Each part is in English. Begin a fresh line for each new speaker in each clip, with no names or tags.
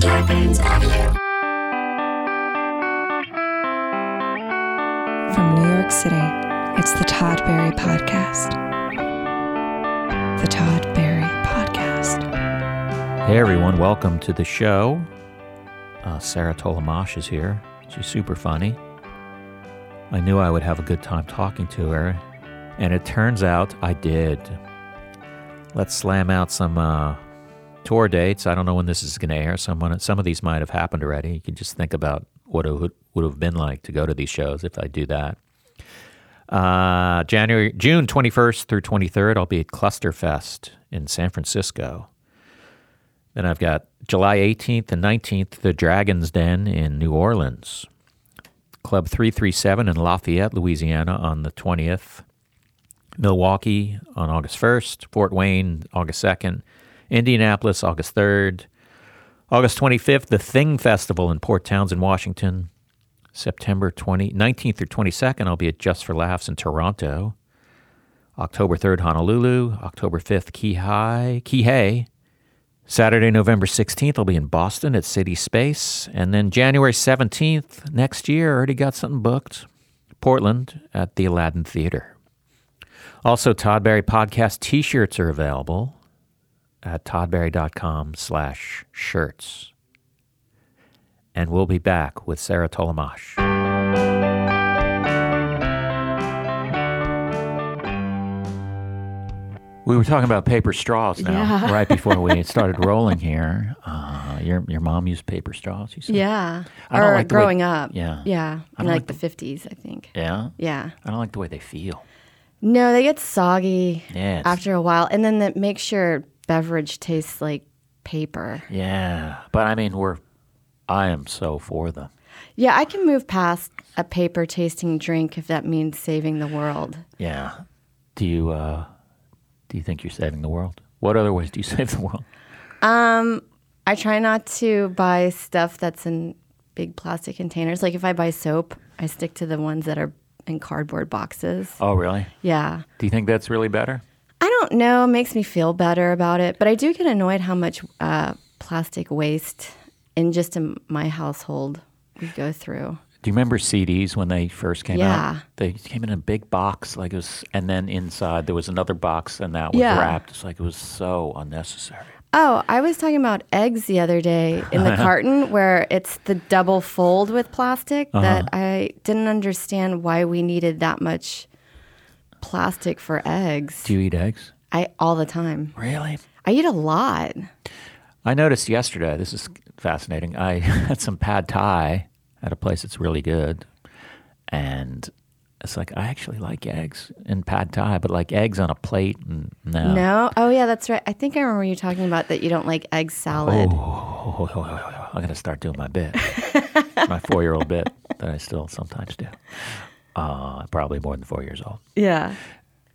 Scarpins Avenue.
From New York City, it's the Todd Berry Podcast. The Todd Berry Podcast.
Hey everyone, welcome to the show. Uh, Sarah Tolomash is here. She's super funny. I knew I would have a good time talking to her, and it turns out I did. Let's slam out some uh, tour dates. I don't know when this is going to air. Some some of these might have happened already. You can just think about what it would, would have been like to go to these shows if I do that. Uh, January June 21st through 23rd, I'll be at Clusterfest in San Francisco. Then I've got July 18th and 19th, the Dragon's Den in New Orleans. Club 337 in Lafayette, Louisiana on the 20th. Milwaukee on August 1st. Fort Wayne, August 2nd. Indianapolis, August 3rd. August 25th, the Thing Festival in Port Townsend, Washington. September 20, 19th through 22nd, I'll be at Just for Laughs in Toronto. October 3rd, Honolulu. October 5th, Kihei. Kihei. Saturday, November 16th, I'll be in Boston at City Space. And then January 17th, next year, already got something booked. Portland at the Aladdin Theater. Also, Todd Berry Podcast t-shirts are available at toddberry.com slash shirts. And we'll be back with Sarah Tolomash. We were talking about paper straws now,
Yeah.
right before we started rolling here. Uh, your your mom used paper straws, you said?
Yeah.
I don't
or
like the way-
growing up.
Yeah.
Yeah.
I don't
In like,
like
the fifties, I think.
Yeah?
Yeah.
I don't like the way they feel.
No, they get soggy
Yeah, it's-
after a while. And then that makes your beverage tastes like paper.
Yeah. But I mean, we're, I am so for them.
Yeah, I can move past a paper tasting drink if that means saving the world.
Yeah. Do you uh, do you think you're saving the world? What other ways do you save the world?
I try not to buy stuff that's in big plastic containers. Like if I buy soap, I stick to the ones that are in cardboard boxes.
Oh, really?
Yeah.
Do you think that's really better?
I don't know. It makes me feel better about it, but I do get annoyed how much uh, plastic waste in just in my household we go through.
Do you remember CDs when they first came
Yeah.
out? They came in a big box, like it was, and then inside there was another box, and that was
Yeah.
wrapped. It's like it was so unnecessary.
Oh, I was talking about eggs the other day in the carton where it's the double fold with plastic
Uh-huh.
that I didn't understand why we needed that much plastic for eggs.
Do you eat eggs?
I all the time.
Really?
I eat a lot.
I noticed yesterday. This is fascinating. I had some pad thai at a place that's really good, and it's like I actually like eggs in pad thai, but like eggs on a plate, mm, no.
No? Oh yeah, that's right. I think I remember you talking about that you don't like egg salad.
Oh, oh, oh, oh, I'm gonna start doing my bit, my four-year-old bit that I still sometimes do. Uh, probably more than four years old.
Yeah.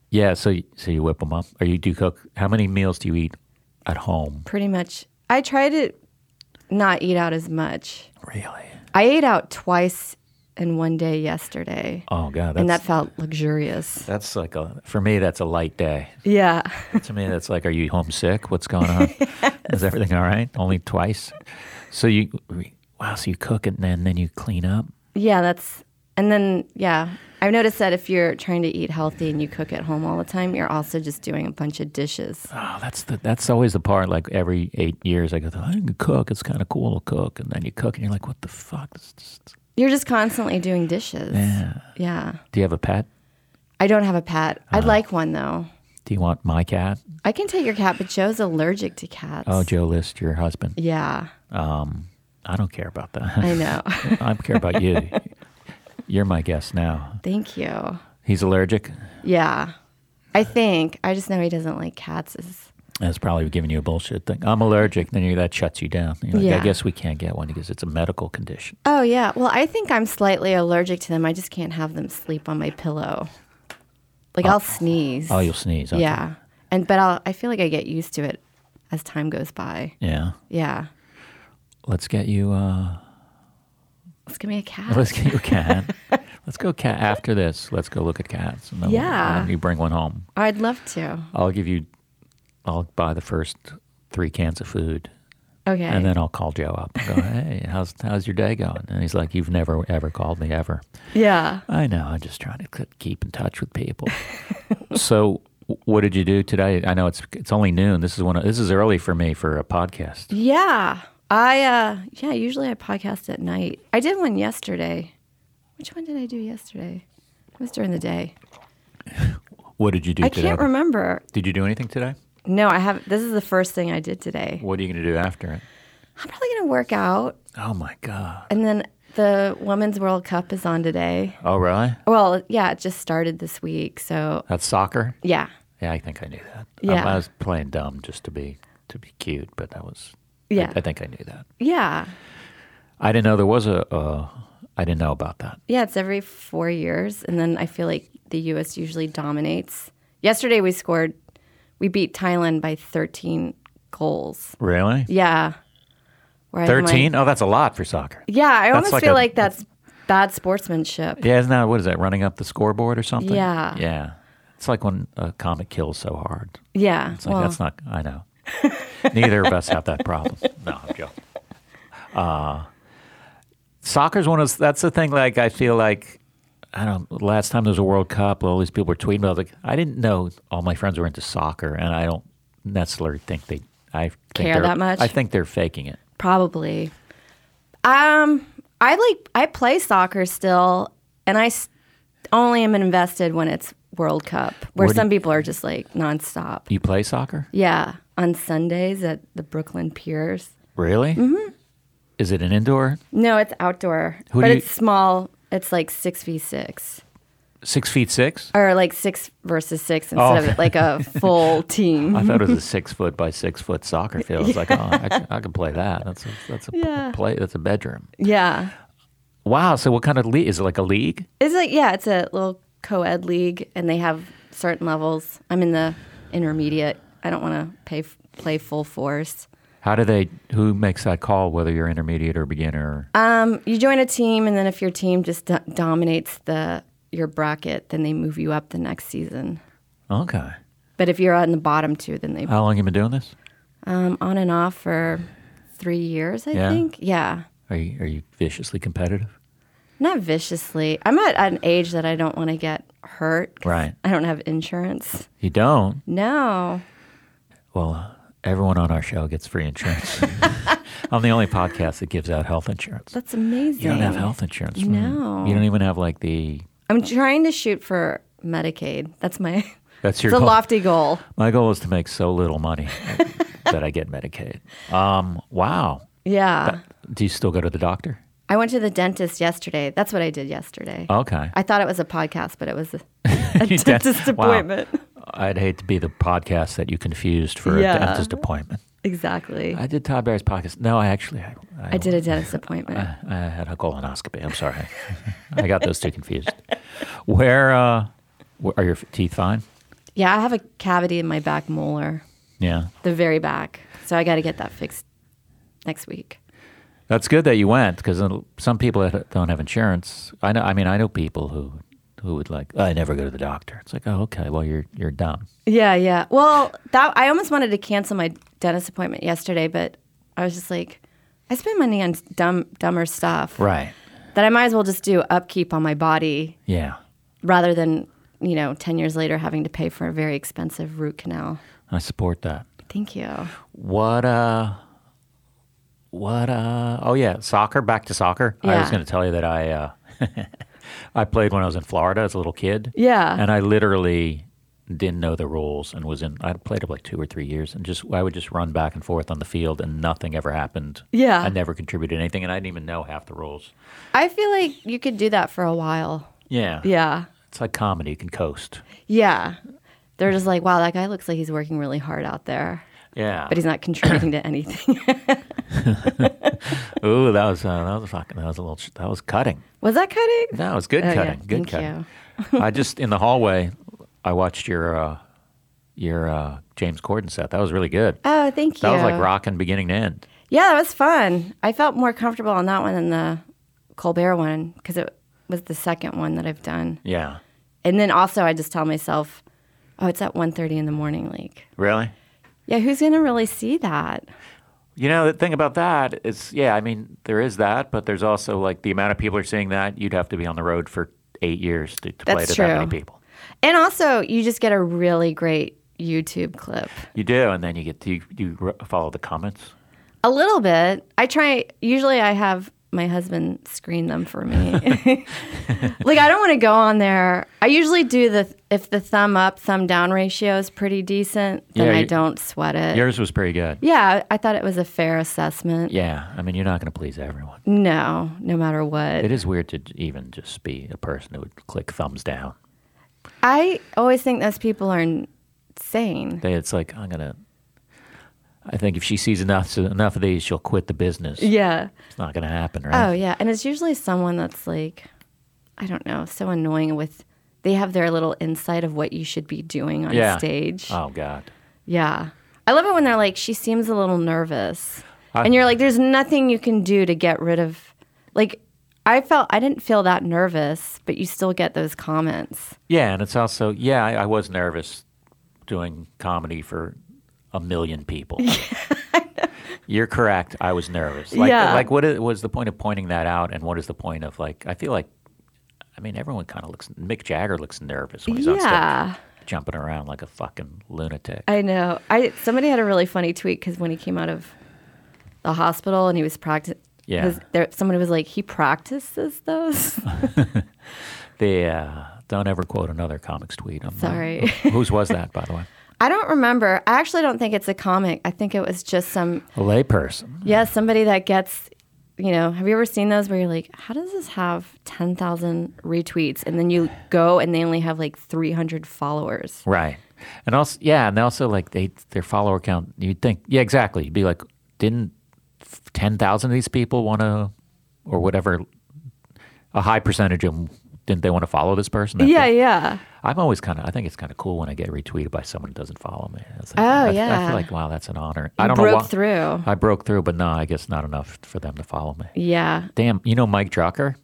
Yeah. So, y- so you whip them up, or you do cook. How many meals do you eat at home?
pretty much i try to not eat out as much
Really?
i ate out twice in one day yesterday
Oh God,
and that
that's
felt luxurious
that's like a for me. That's a light day.
yeah
to me, that's like, are you homesick? What's going on? Is everything all right? Only twice. So you, wow. So you cook and then then you clean up.
yeah that's and then yeah i've noticed that if you're trying to eat healthy and you cook at home all the time you're also just doing a bunch of dishes
Oh, that's the that's always the part. Like every eight years, I go, I can cook. It's kind of cool to cook, and then you cook, and you're like, what the fuck? This- this- this-
you're just constantly doing dishes
Yeah.
yeah
Do you have a pet?
i don't have a pet
Uh-huh.
i'd like one though
Do you want my cat?
i can take your cat but joe's allergic to cats
Oh, Joe List, your husband.
yeah
I don't care about that.
i know
I care about you. You're my guest now.
thank you
He's allergic.
Yeah. I think. I just know he doesn't like cats. It's-
That's probably giving you a bullshit thing. I'm allergic. Then you, that shuts you down. You're like, I
Yeah.
guess we can't get one because it's a medical condition.
Oh, yeah. Well, I think I'm slightly allergic to them. I just can't have them sleep on my pillow. Like, I'll sneeze.
Oh, you'll sneeze. okay.
Yeah. And, but I'll, I feel like I get used to it as time goes by.
Yeah.
Yeah.
Let's get you. Uh,
Let's give me a cat.
let's get you a cat. let's go cat after this. Let's go look at cats. And then we'll-
Yeah.
and you bring one home.
Oh, I'd love to.
I'll give you. I'll buy the first three cans of food.
Okay.
And then I'll call Joe up and go, hey, how's, how's your day going? And he's like, you've never, ever called me ever.
yeah.
I know. I'm just trying to k- keep in touch with people. so, w- what did you do today? I know it's it's only noon. This is one. Of, this is early for me for a podcast.
Yeah. I uh yeah, usually I podcast at night. I did one yesterday. Which one did I do yesterday? It was during the day.
What did you do
I
today?
can't remember.
Did you do anything today?
No, I have this is the first thing I did today.
What are you going to do after it?
I'm probably going to work out
Oh my god!
and then the Women's World Cup is on today.
Oh really?
Well, yeah, it just started this week, so
That's soccer.
yeah.
Yeah, I think I knew that.
Yeah.
I, I was playing dumb just to be to be cute, but that was. I-
Yeah.
I, think I knew that.
Yeah.
I didn't know there was a. Uh, I didn't know about that.
Yeah, it's every 4 years and then I feel like the US usually dominates. Yesterday we scored we beat Thailand by 13 goals.
Really?
Yeah. Where I'm like-
Thirteen? Oh, that's a lot for soccer.
yeah, I almost
like
feel
a-
like that's bad sportsmanship.
Yeah, isn't that what is that running up the scoreboard or something?
Yeah.
yeah. It's like when a comet kills so hard.
Yeah.
It's like that's not. I know. Neither of us have that problem. No, I'm joking. Uh, soccer's one of those- that's the thing. Like I feel like I don't. Last time there was a World Cup, all these people were tweeting. But I was like, I didn't know all my friends were into soccer, and I don't necessarily think they. I think
Care
they're-
that much?
I think they're faking it.
Probably. Um, I like I play soccer still, and I s- only am invested when it's World Cup, where
What do
some
you-
people are just like nonstop.
You play soccer?
Yeah, on Sundays at the Brooklyn Piers.
Really? Mm-hmm. Is it an indoor
No, it's outdoor,
Who
but
do you-
it's small. It's like six v six,
six feet six?
or like six versus six
Oh.
instead of like a full team.
I thought it was a six foot by six foot soccer field. It's like, oh, I, c- I can play that. That's a, that's a p-
Yeah.
play. That's a bedroom.
yeah.
Wow. So what kind of league is it? Like a league?
It's like yeah, it's a little co-ed league, and they have certain levels. I'm in the intermediate. I don't want to pay play full force.
How do they? Who makes that call? Whether you're intermediate or beginner?
Um, you join a team, and then if your team just do- dominates the your bracket, then they move you up the next season.
okay.
But if you're on the bottom two, then they
How long you been doing this?
um, on and off for three years, I
Yeah.
think. Yeah,
Are you are you viciously competitive?
not viciously. I'm at an age that I don't want to get hurt. 'cause
Right.
I don't have insurance.
You don't.
No.
Well, uh, everyone on our show gets free insurance. I'm the only podcast that gives out health insurance.
That's amazing.
You don't have health insurance. Hmm.
No.
You don't even have like the.
I'm trying to shoot for Medicaid. That's my.
That's your
It's a
goal.
lofty goal.
My goal is to make so little money that I get Medicaid. Um, wow.
Yeah.
Do you still go to the doctor?
I went to the dentist yesterday. That's what I did yesterday.
Okay.
I thought it was a podcast, but it was a,
Oh. You dent-
dentist
Wow.
appointment.
I'd hate to be the podcast that you confused for
Yeah.
a dentist appointment.
Exactly. I,
I did Todd Barry's podcast. No, I actually, I, I,
did a dentist appointment.
I, I had a colonoscopy. I'm sorry. I got those two confused. Where, uh, where are your f- teeth fine?
yeah, I have a cavity in my back molar,
Yeah.
the very back. So I got to get that fixed next week.
That's good that you went because some people that don't have insurance. I know. I mean, I know people who who would like. I never go to the doctor. It's like, oh, okay. Well, you're you're dumb.
Yeah, yeah. Well, that I almost wanted to cancel my dentist appointment yesterday, but I was just like, I spend money on dumb, dumber stuff.
Right.
that I might as well just do upkeep on my body
Yeah.
rather than, you know, 10 years later having to pay for a very expensive root canal.
I support that.
Thank you.
What uh what uh oh yeah, soccer, back to soccer. I was
Yeah.
gonna tell you that I uh I played when I was in Florida as a little kid.
Yeah.
And I literally didn't know the rules and was in I played it like two or three years and just I would just run back and forth on the field and nothing ever happened.
Yeah.
I never contributed anything and I didn't even know half the rules.
I feel like you could do that for a while.
Yeah.
Yeah.
It's like comedy, you can coast.
Yeah. They're just like, wow, that guy looks like he's working really hard out there,
Yeah.
but he's not contributing to anything.
Ooh, that was uh, that was a fucking that was a little sh- that was cutting.
Was that cutting?
No, it was good
Oh, yeah.
cutting. Good
Thank
cutting. I just in the hallway, I watched your uh, your uh, James Corden set. That was really good.
Oh, thank you.
That was like rocking beginning to end.
Yeah, that was fun. I felt more comfortable on that one than the Colbert one because it was the second one that I've done.
Yeah.
And then also, I just tell myself, "Oh, it's at 1.30 in the morning. Like,
Really?
yeah, who's gonna really see that?
You know, the thing about that is, yeah, I mean, there is that, but there's also like the amount of people are seeing that, you'd have to be on the road for eight years to, to play
That's
to that many
true.
people.
And also, you just get a really great YouTube clip.
You do, and then you get to you, you re- follow the comments.
A little bit. I try, usually, I have my husband screen them for me. like, I don't want to go on there. I usually do the, if the thumb up, thumb down ratio is pretty decent, then
Yeah,
I
you-
don't sweat it.
Yours was pretty good.
yeah, I thought it was a fair assessment.
Yeah, I mean, you're not going to please everyone.
No, no matter what.
It is weird to even just be a person who would click thumbs down.
I always think those people are insane.
They, it's like I'm gonna. I think if she sees enough enough of these, she'll quit the business.
Yeah.
It's not gonna happen,
Oh,
right?
yeah. And it's usually someone that's like, I don't know, so annoying with, they have their little insight of what you should be doing on
Yeah.
stage.
Oh God.
Yeah. I love it when they're like, she seems a little nervous. and you're like, there's nothing you can do to get rid of, like, I felt, I didn't feel that nervous, but you still get those comments.
Yeah, and it's also yeah. I, I was nervous doing comedy for a million people. You're correct. I was nervous. Like,
Yeah.
Like what is, was the point of pointing that out, and what is the point of like? I feel like, I mean, everyone kind of looks. Mick Jagger looks nervous when he's on
Yeah.
stage, jumping around like a fucking lunatic.
I know. I somebody had a really funny tweet because when he came out of the hospital and he was practicing,
Yeah.
there, somebody was like, he practices those.
The uh, don't ever quote another comics tweet. I'm not-
Sorry.
whose was that, by the way?
I don't remember. I actually don't think it's a comic. I think it was just some
A layperson.
yeah somebody that gets. You know, have you ever seen those where you're like, how does this have 10,000 retweets? And then you go and they only have like 300 followers.
Right. And also, yeah, and they also like they their follower count. You'd think, yeah, exactly. You'd be like, didn't ten thousand of these people want to, or whatever, a high percentage of them didn't they want to follow this person? That's
Yeah,
it.
yeah.
I'm always kind of. I think it's kind of cool when I get retweeted by someone who doesn't follow me. It's like,
Oh,
I, I
yeah.
feel like wow, that's an honor. I don't know
broke
why-
through.
I broke through, but no, I guess not enough for them to follow me.
Yeah.
Damn, you know Mike Drucker.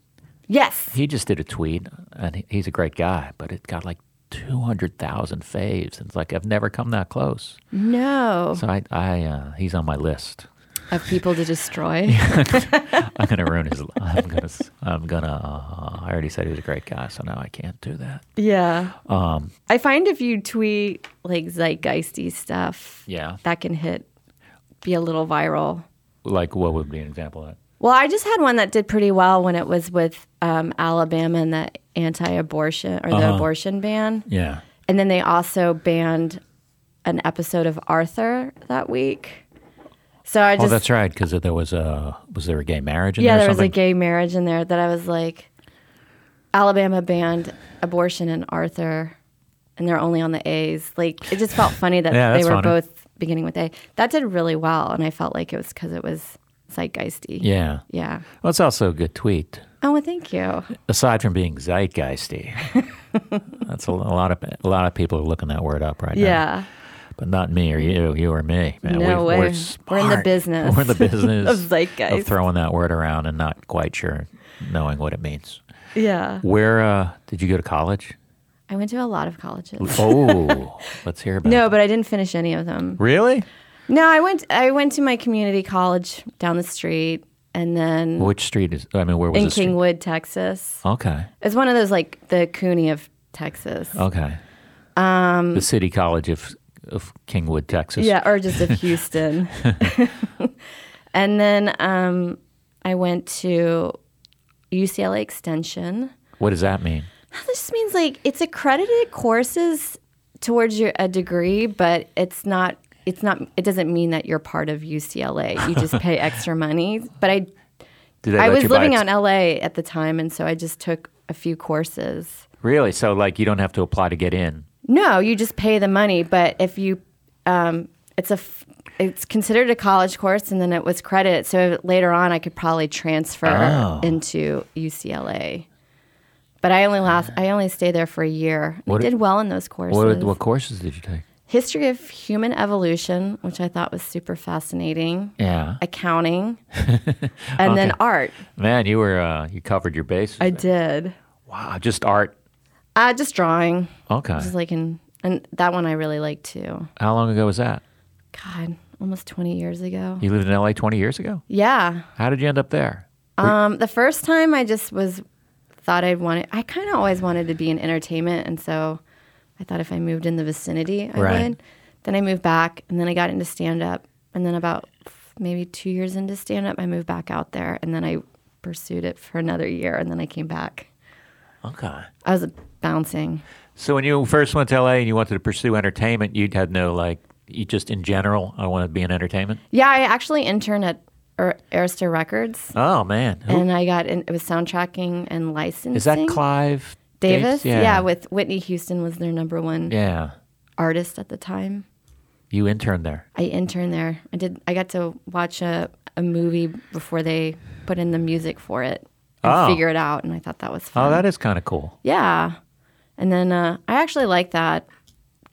Yes.
he just did a tweet, and he- he's a great guy, but it got like 200,000 faves. It's like, I've never come that close.
No.
So I, I uh, he's on my list.
Of people to destroy.
I'm going to ruin his, I'm going to, I'm going to, uh, I already said he's a great guy, so now I can't do that.
Yeah. Um, I find if you tweet like zeitgeisty stuff,
Yeah.
that can hit, be a little viral.
Like, what would be an example of that?
Well, I just had one that did pretty well when it was with um, Alabama and the anti-abortion or the
Uh-huh.
abortion ban,
Yeah.
and then they also banned an episode of Arthur that week. So I
Oh,
just
that's right. Because there was a, was there a gay marriage in
yeah,
there
there
or
was a
something?
gay marriage in there that I was like, Alabama banned abortion and Arthur, and they're only on the A's. Like it just felt funny that
Yeah,
they
that's
were
funny.
both beginning with A. That did really well, and I felt like it was because it was zeitgeisty.
yeah.
Yeah.
Well, it's also a good tweet.
Oh well, thank you.
Aside from being zeitgeisty, that's a, a lot of a lot of people are looking that word up right now.
Yeah.
But not me or you, you or me. Man,
No
we, We're,
way. We're in the
smart.
business
We're in the business
of zeitgeist.
of throwing that word around and not quite sure, knowing what it means.
Yeah.
Where uh, did you go to college?
I went to a lot of colleges.
Oh, let's hear about.
No,
it.
but I didn't finish any of them.
really,
No, I went. I went to my community college down the street, and then
which street is? I mean, where was
in
the street?
Kingwood, Texas.
Okay,
It's one of those like the Cooney of Texas.
okay. Um, the City College of of Kingwood, Texas.
Yeah, or just of Houston. and then um, I went to UCLA Extension.
What does that mean?
This just means like it's accredited courses towards your a degree, but it's not. It's not. It doesn't mean that you're part of UCLA. You just pay extra money. But I,
Did they
I
let
was
you buy
living
it-
out in LA at the time, and so I just took a few courses.
Really? So, like, you don't have to apply to get in.
No, you just pay the money. But if you, um, it's a, f- it's considered a college course, and then it was credit. So later on, I could probably transfer
Oh.
into UCLA. But I only last, I only stayed there for a year.
What-
I did well in those courses.
What what courses did you take?
History of human evolution, which I thought was super fascinating.
Yeah,
Accounting, and then art.
man, you were uh, you covered your bases.
I did.
Wow, just art.
Uh, just drawing,
Okay.
just like in, and that one I really liked too.
How long ago was that?
God, almost 20 years ago.
You lived in LA 20 years ago?
Yeah.
How did you end up there?
Um, the first time I just was thought I'd want it. I kind of always wanted to be in entertainment, and so I thought if I moved in the vicinity, I
Right.
would. Then I moved back, and then I got into stand up, and then about f- maybe two years into stand up, I moved back out there, and then I pursued it for another year, and then I came back.
Okay.
I was bouncing.
So when you first went to LA and you wanted to pursue entertainment, you'd had no like you just in general, I want to be in entertainment.
Yeah, I actually interned at Ar- Arista Records,
Oh man. Who-
and I got in, it was soundtracking and licensing.
is that Clive
Davis?
Yeah.
with Whitney Houston was their number one
yeah.
artist at the time.
You interned there.
I interned there. I did. I got to watch a, a movie before they put in the music for it and
Oh.
figure it out, and I thought that was
Oh,
fun.
that is kind of cool.
yeah, and then uh, I actually liked that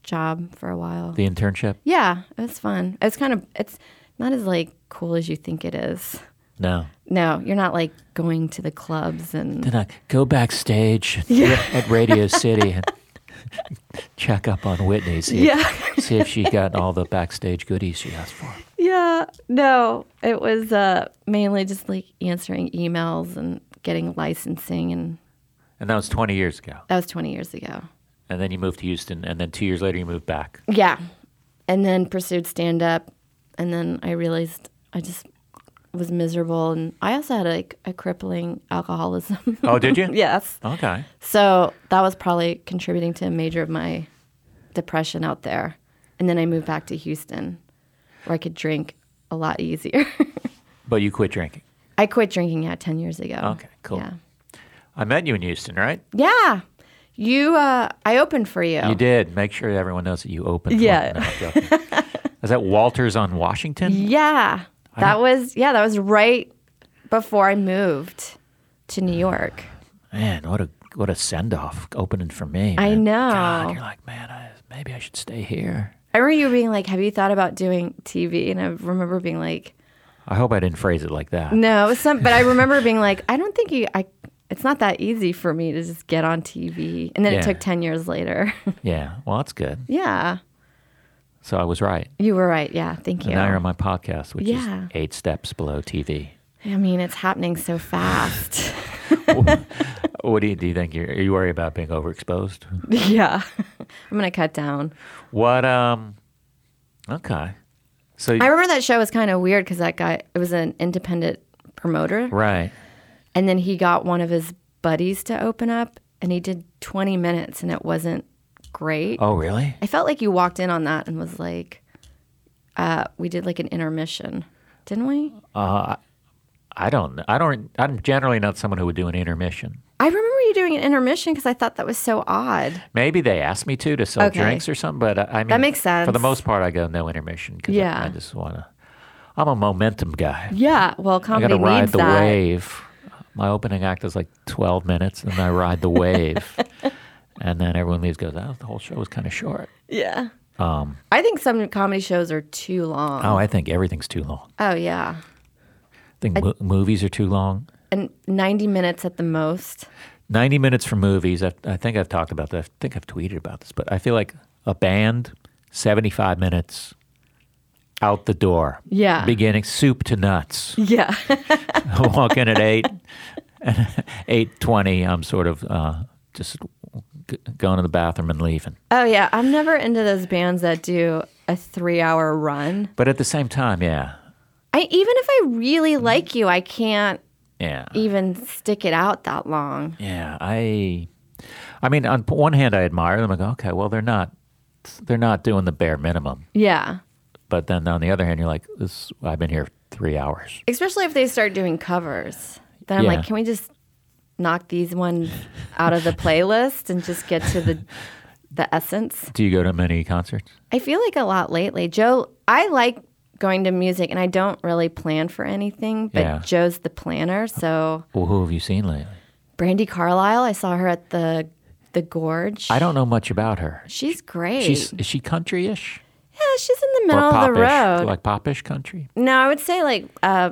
job for a while.
The internship?
yeah, it was fun. It's kind of it's not as like cool as you think it is.
No.
No, you're not like going to the clubs and
Then I go backstage at Radio City and check up on Whitney. See,
yeah,
if, see if she got all the backstage goodies she asked for.
yeah. No, it was uh, mainly just like answering emails and getting licensing, and
And that was 20 years ago.
that was 20 years ago.
And then you moved to Houston. And then two years later, you moved back.
Yeah. And then pursued stand up. And then I realized I just was miserable. And I also had like a crippling alcoholism.
Oh, did you?
yes.
Okay.
So that was probably contributing to a major of my depression out there. And then I moved back to Houston where I could drink a lot easier.
But you quit drinking.
I quit drinking, yeah, 10 years ago.
Okay, cool.
Yeah.
I met you in Houston, right?
Yeah. You, uh, I opened for you.
You did. Make sure everyone knows that you opened. one.
Yeah.
No, I'm joking. Is that Walters on Washington?
Yeah. That was yeah, that was right before I moved to New York.
Man, what a what a send off opening for me.
I
man.
know.
God, you're like, man, I, maybe I should stay here.
I remember you being like, "Have you thought about doing TV?" And I remember being like,
I hope I didn't phrase it like that.
"No, it was some." But I remember being like, "I don't think you. I. It's not that easy for me to just get on TV." And then
Yeah.
it took ten years later.
Yeah. Well, that's good.
yeah,
So I was right.
you were right. Yeah, thank you.
And now you're on my podcast, which
Yeah.
is eight steps below TV.
I mean, it's happening so fast.
What do you, do you think? You're, are you worried about being overexposed?
yeah, I'm gonna cut down.
What? Um. Okay. So
I remember that show was kind of weird because that guy. It was an independent promoter.
right.
And then he got one of his buddies to open up and he did 20 minutes and it wasn't great.
Oh, really?
I felt like you walked in on that and was like, uh, we did like an intermission, didn't we?
I don't. I don't. I'm generally not someone who would do an intermission.
I remember you doing an intermission because I thought that was so odd.
Maybe they asked me to to sell
Okay.
drinks or something, but uh, I, I mean
That makes
For the
sense.
most part, I go no intermission because
Yeah.
I, just want to. I'm a momentum guy.
Yeah. Well,
I got
comedy
to ride
needs
the
that.
wave. My opening act is like 12 minutes, and I ride the wave, and then everyone leaves. Goes, oh, the whole show was kind of short.
Yeah. I think some comedy shows are too long.
Um. Oh, I think everything's too long.
Oh, yeah.
I think mo- movies are too long.
And 90 minutes at the most.
90 minutes for movies. I, I think I've talked about that. I think I've tweeted about this, but I feel like a band, 75 minutes out the door.
Yeah.
Beginning soup to nuts.
Yeah.
Walk in at 8, 8.20. I'm sort of uh, just g- going to the bathroom and leaving.
oh, yeah. I'm never into those bands that do a three hour run.
But at the same time, yeah.
I even if I really
Mm-hmm.
like you, I can't
Yeah.
even stick it out that long.
Yeah, I, I mean, on p- one hand, I admire them. I go, okay, well, they're not, they're not doing the bare minimum.
Yeah.
But then on the other hand, you're like, this. I've been here three hours.
Especially if they start doing covers. Then I'm
Yeah.
like, can we just knock these ones out of the playlist and just get to the the essence?
Do you go to many concerts?
I feel like a lot lately. Joe, I like going to music and I don't really plan for anything, but
Yeah.
Joe's the planner, so
Well, who have you seen lately?
Brandy Carlisle, I saw her at the the Gorge.
I don't know much about her.
She's great.
She's is she country-ish
yeah, she's in the
or
middle of the
pop-ish,
road.
like pop-ish country?
No, I would say like uh,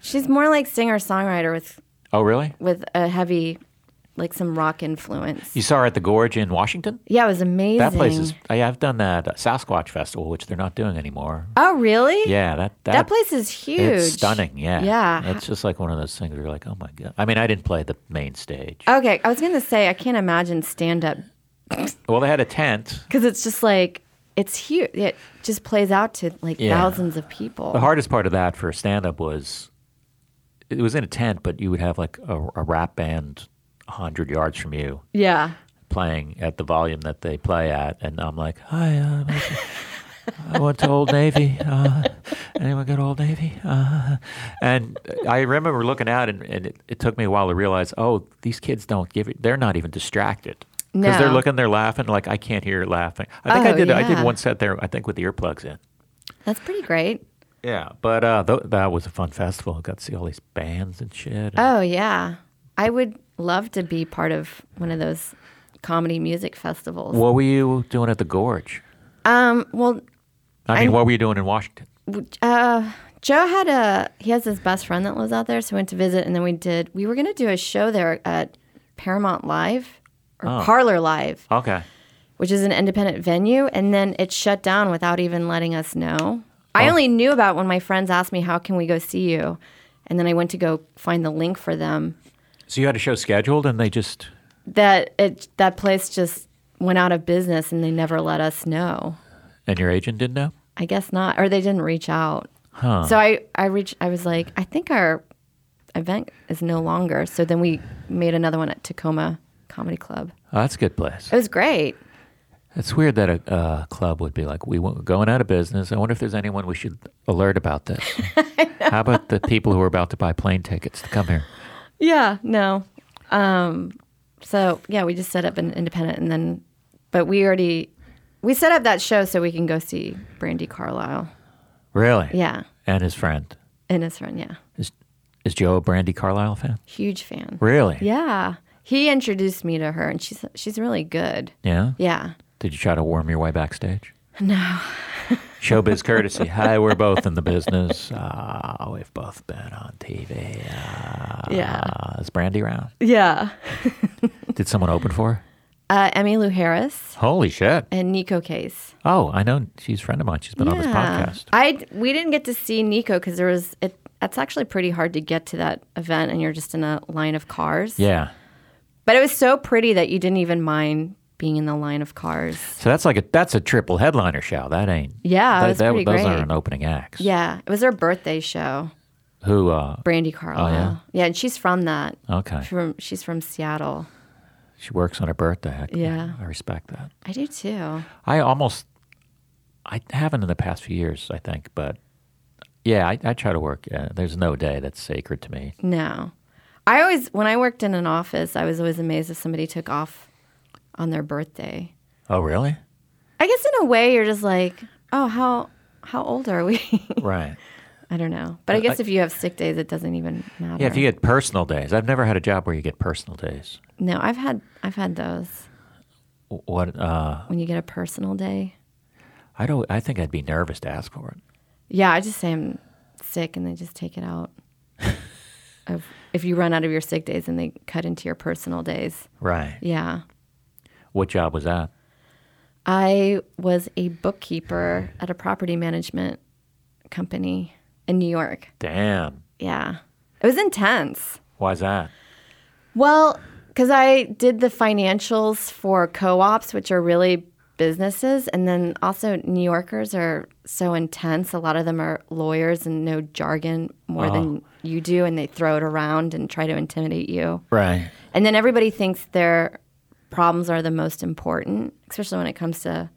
she's more like singer songwriter with
Oh, really?
with a heavy like some rock influence.
You saw her at the Gorge in Washington?
Yeah, it was amazing.
That place is. I, I've done that uh, Sasquatch Festival, which they're not doing anymore.
Oh, really?
Yeah, that that,
That place is huge.
It's stunning. Yeah,
Yeah.
It's just like one of those things where you're like, oh my god. I mean, I didn't play the main stage.
Okay, I was gonna say I can't imagine stand up
well, they had a tent.
because it's just like it's huge. It just plays out to like
Yeah. Uh-huh.
thousands of people.
The hardest part of that for stand up was it was in a tent, but you would have like a, a rap band hundred yards from you
yeah.
playing at the volume that they play at, and I'm like, hi, uh, I went to Old Navy. Uh, anyone go to Old Navy? Uh, and I remember looking out, and, and it, it took me a while to realize, oh, these kids don't give it. They're not even distracted. Because they're
No.
looking, they're laughing. Like I can't hear laughing. I think I
Oh,
did. I did
yeah.
one set there. I think with the earplugs in.
That's pretty great.
Yeah, but uh, th- that was a fun festival. I got to see all these bands and shit.
Oh yeah, I would love to be part of one of those comedy music festivals.
what were you doing at the Gorge?
Um, well,
I mean, what were you doing in Washington?
uh, Joe had a he has his best friend that lives out there, so we went to visit, and then we did. We were gonna do a show there at Paramount Live or Parlor Live,
Okay.
which is an independent venue, and then it shut down without even letting us know. I only knew about when my friends asked me, "How can we go see you?" And then I went to go find the link for them.
So you had a show scheduled, and they just
That it that place just went out of business, and they never let us know.
and your agent didn't know.
I guess not, or they didn't reach out.
Huh.
So I, I reached, I was like, I think our event is no longer. So then we made another one at Tacoma Comedy Club.
Oh, that's a good place.
It was great.
It's weird that a uh, club would be like, we won't, going out of business. I wonder if there's anyone we should alert about this. How about the people who are about to buy plane tickets to come here?
Yeah, no. Um, so yeah, we just set up an independent and then, but we already, we set up that show so we can go see Brandy Carlisle.
Really?
Yeah.
And his friend
And his friend. Yeah.
is is Joe a Brandy Carlisle fan?
Huge fan.
Really?
Yeah. He introduced me to her and she's, she's really good.
Yeah.
Yeah.
Did you try to worm your way backstage? No. Showbiz courtesy. Hi, we're both in the business. Uh, we've both been on TV.
Yeah.
Uh, is Brandy around?
Yeah.
Did someone open for her?
Uh, Emmy Lou Harris
Holy shit.
and Nico Case.
Oh, I know she's a friend of mine. She's been on Oh, this podcast.
I we didn't get to see Nico because there was it. That's actually pretty hard to get to that event, and you're just in a line of cars.
Yeah.
But it was so pretty that you didn't even mind being in the line of cars.
So that's like a that's a triple headliner show. That ain't.
Yeah,
that,
it was
that-
pretty
those
great.
aren't opening acts.
Yeah, it was her birthday show,
Who? uh
Brandy Carlisle.
yeah?
and she's from that.
Okay.
From she's from Seattle.
She works on her birthday. I,
Yeah.
I respect that.
I do too.
I almost. I haven't in the past few years, I think, but yeah, I, I try to work. Uh, there's no day that's sacred to me.
No, I always when I worked in an office, I was always amazed if somebody took off on their birthday.
Oh, really?
I guess in a way you're just like, oh, how how old are we?
Right.
I don't know. But I guess if you have sick days, it doesn't even matter.
Yeah, if you get personal days, I've never had a job where you get personal days.
no, I've had I've had those
W- What? Uh,
when you get a personal day.
I don't. I think I'd be nervous to ask for it.
Yeah, I just say I'm sick, and they just take it out. of, if you run out of your sick days, and they cut into your personal days.
Right.
Yeah,
What job was that?
I was a bookkeeper at a property management company in New York.
Damn.
Yeah, it was intense.
Why's that?
Well, because I did the financials for co ops, which are really businesses. And then also, New Yorkers are so intense. A lot of them are lawyers and know jargon more than you do. And they throw it around and try to intimidate you.
Right.
And then everybody thinks their problems are the most important, especially when it comes to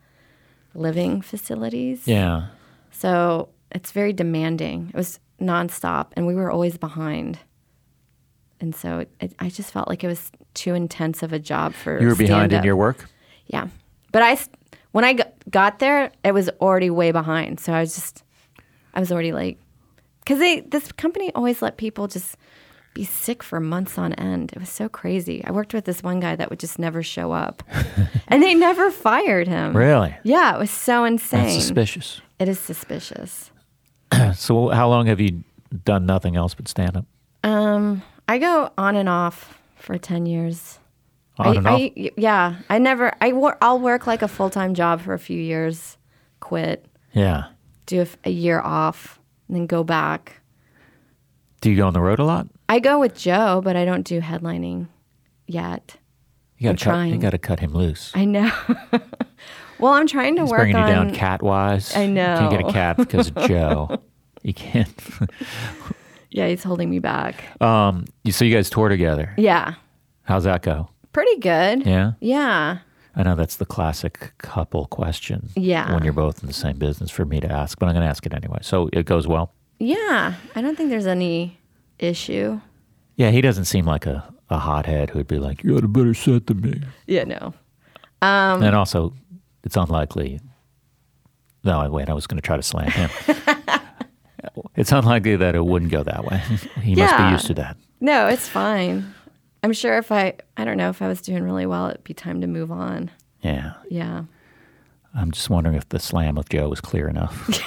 living facilities.
Yeah.
So it's very demanding. It was nonstop, and we were always behind. And so it, it, I just felt like it was too intense of a job for
You were behind in
stand-up.
your work.
yeah. But I s- when I got, got there, it was already way behind. So I was just I was already like because they this company always let people just be sick for months on end. It was so crazy. I worked with this one guy that would just never show up, and they never fired him.
Really?
Yeah, it was so
That's
insane.
suspicious.
it is suspicious.
So, how long have you done nothing else but stand up?
I go on and off for 10 years.
I don't know.
I, yeah, I never. I wor- I'll work like a full time job for a few years, quit,
yeah.
do a f- a year off, and then go back.
Do you go on the road a lot?
I go with Joe, but I don't do headlining yet.
You
I'm
got to cut. You
trying.
got to cut him loose.
I know. well, I'm trying to
He's
work
bringing
on.
you down cat wise.
I
Can't get a
know.
cat because of Joe. You can't.
Yeah, he's holding me back.
Um. You, so you guys tour together.
Yeah,
How's that go?
pretty good.
Yeah.
Yeah.
I know that's the classic couple question.
Yeah.
When you're both in the same business for me to ask, but I'm going to ask it anyway. So it goes well.
Yeah. I don't think there's any issue.
Yeah. He doesn't seem like a, a hothead who'd be like, you had a better set than me.
Yeah, no.
and also, it's unlikely. No, I- wait, I was going to try to slam him. it's unlikely that it wouldn't go that way. he must be
Yeah.
used to that.
No, it's fine. I'm sure if I, I don't know, if I was doing really well, it'd be time to move on.
Yeah.
Yeah.
I'm just wondering if the slam of Joe was clear enough.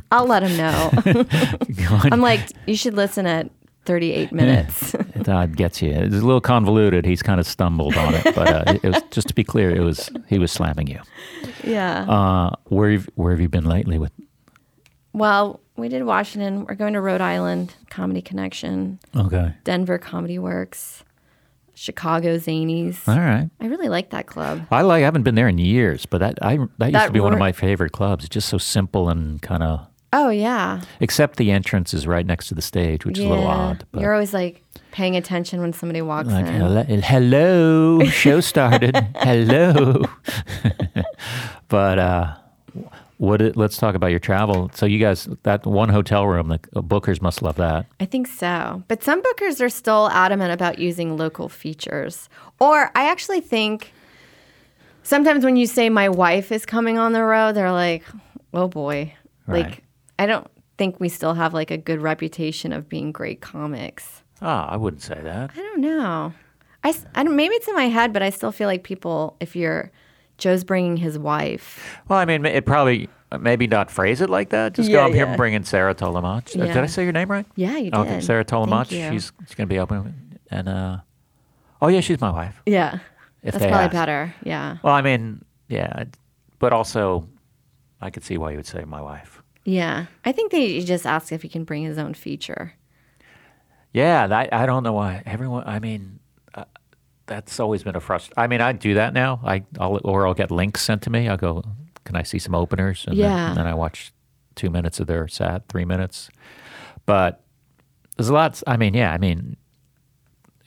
I'll let him know. I'm
God,
like, you should listen at 38 minutes.
that gets you. It's a little convoluted. He's kind of stumbled on it, but uh, it was just to be clear, it was he was slamming you.
yeah.
Uh, where have, where have you been lately with?
well, we did Washington. We're going to Rhode Island Comedy Connection,
Okay.
Denver Comedy Works, Chicago Zanies.
All right.
I really like that club.
I like. I haven't been there in years, but that I that used
That
to be one of
wor-
my favorite clubs. It's just so simple and kind of.
Oh, yeah.
Except the entrance is right next to the stage, which is a little odd. But
You're always like paying attention when somebody walks
like,
in.
"Hello- hello, show started. hello. but uh, what? It, let's talk about your travel. So you guys, that one hotel room, the uh, bookers must love that.
I think so. But some bookers are still adamant about using local features. Or I actually think sometimes when you say my wife is coming on the road, they're like, oh boy.
Right.
Like, I don't think we still have like a good reputation of being great comics.
Ah, I wouldn't say that.
I don't know. I, s- I don't, maybe it's in my head, but I still feel like people, if you're Joe's bringing his wife,
Well, I mean, it probably maybe not phrase it like that. Just go.
Yeah,
I'm here
yeah.
bringing Sarah Tolomach. Uh, Did
Yeah.
I say your name right?
yeah, you did.
Okay, Sarah
Thank
Tolomach.
you.
She's she's gonna be open, and uh, oh yeah, she's my wife.
yeah.
If
That's
they
probably
ask.
better. Yeah.
Well, I mean, yeah, it- but also, I could see why you would say my wife.
Yeah. I think they you just ask if he can bring his own feature.
Yeah, that, I don't know why everyone. I mean, uh, that's always been a frustration. I mean, I do that now. I I'll, or I'll get links sent to me. I'll go, can I see some openers? And Then,
Yeah.
and then I watch two minutes of their set, three minutes. But there's lots. I mean, yeah, I mean.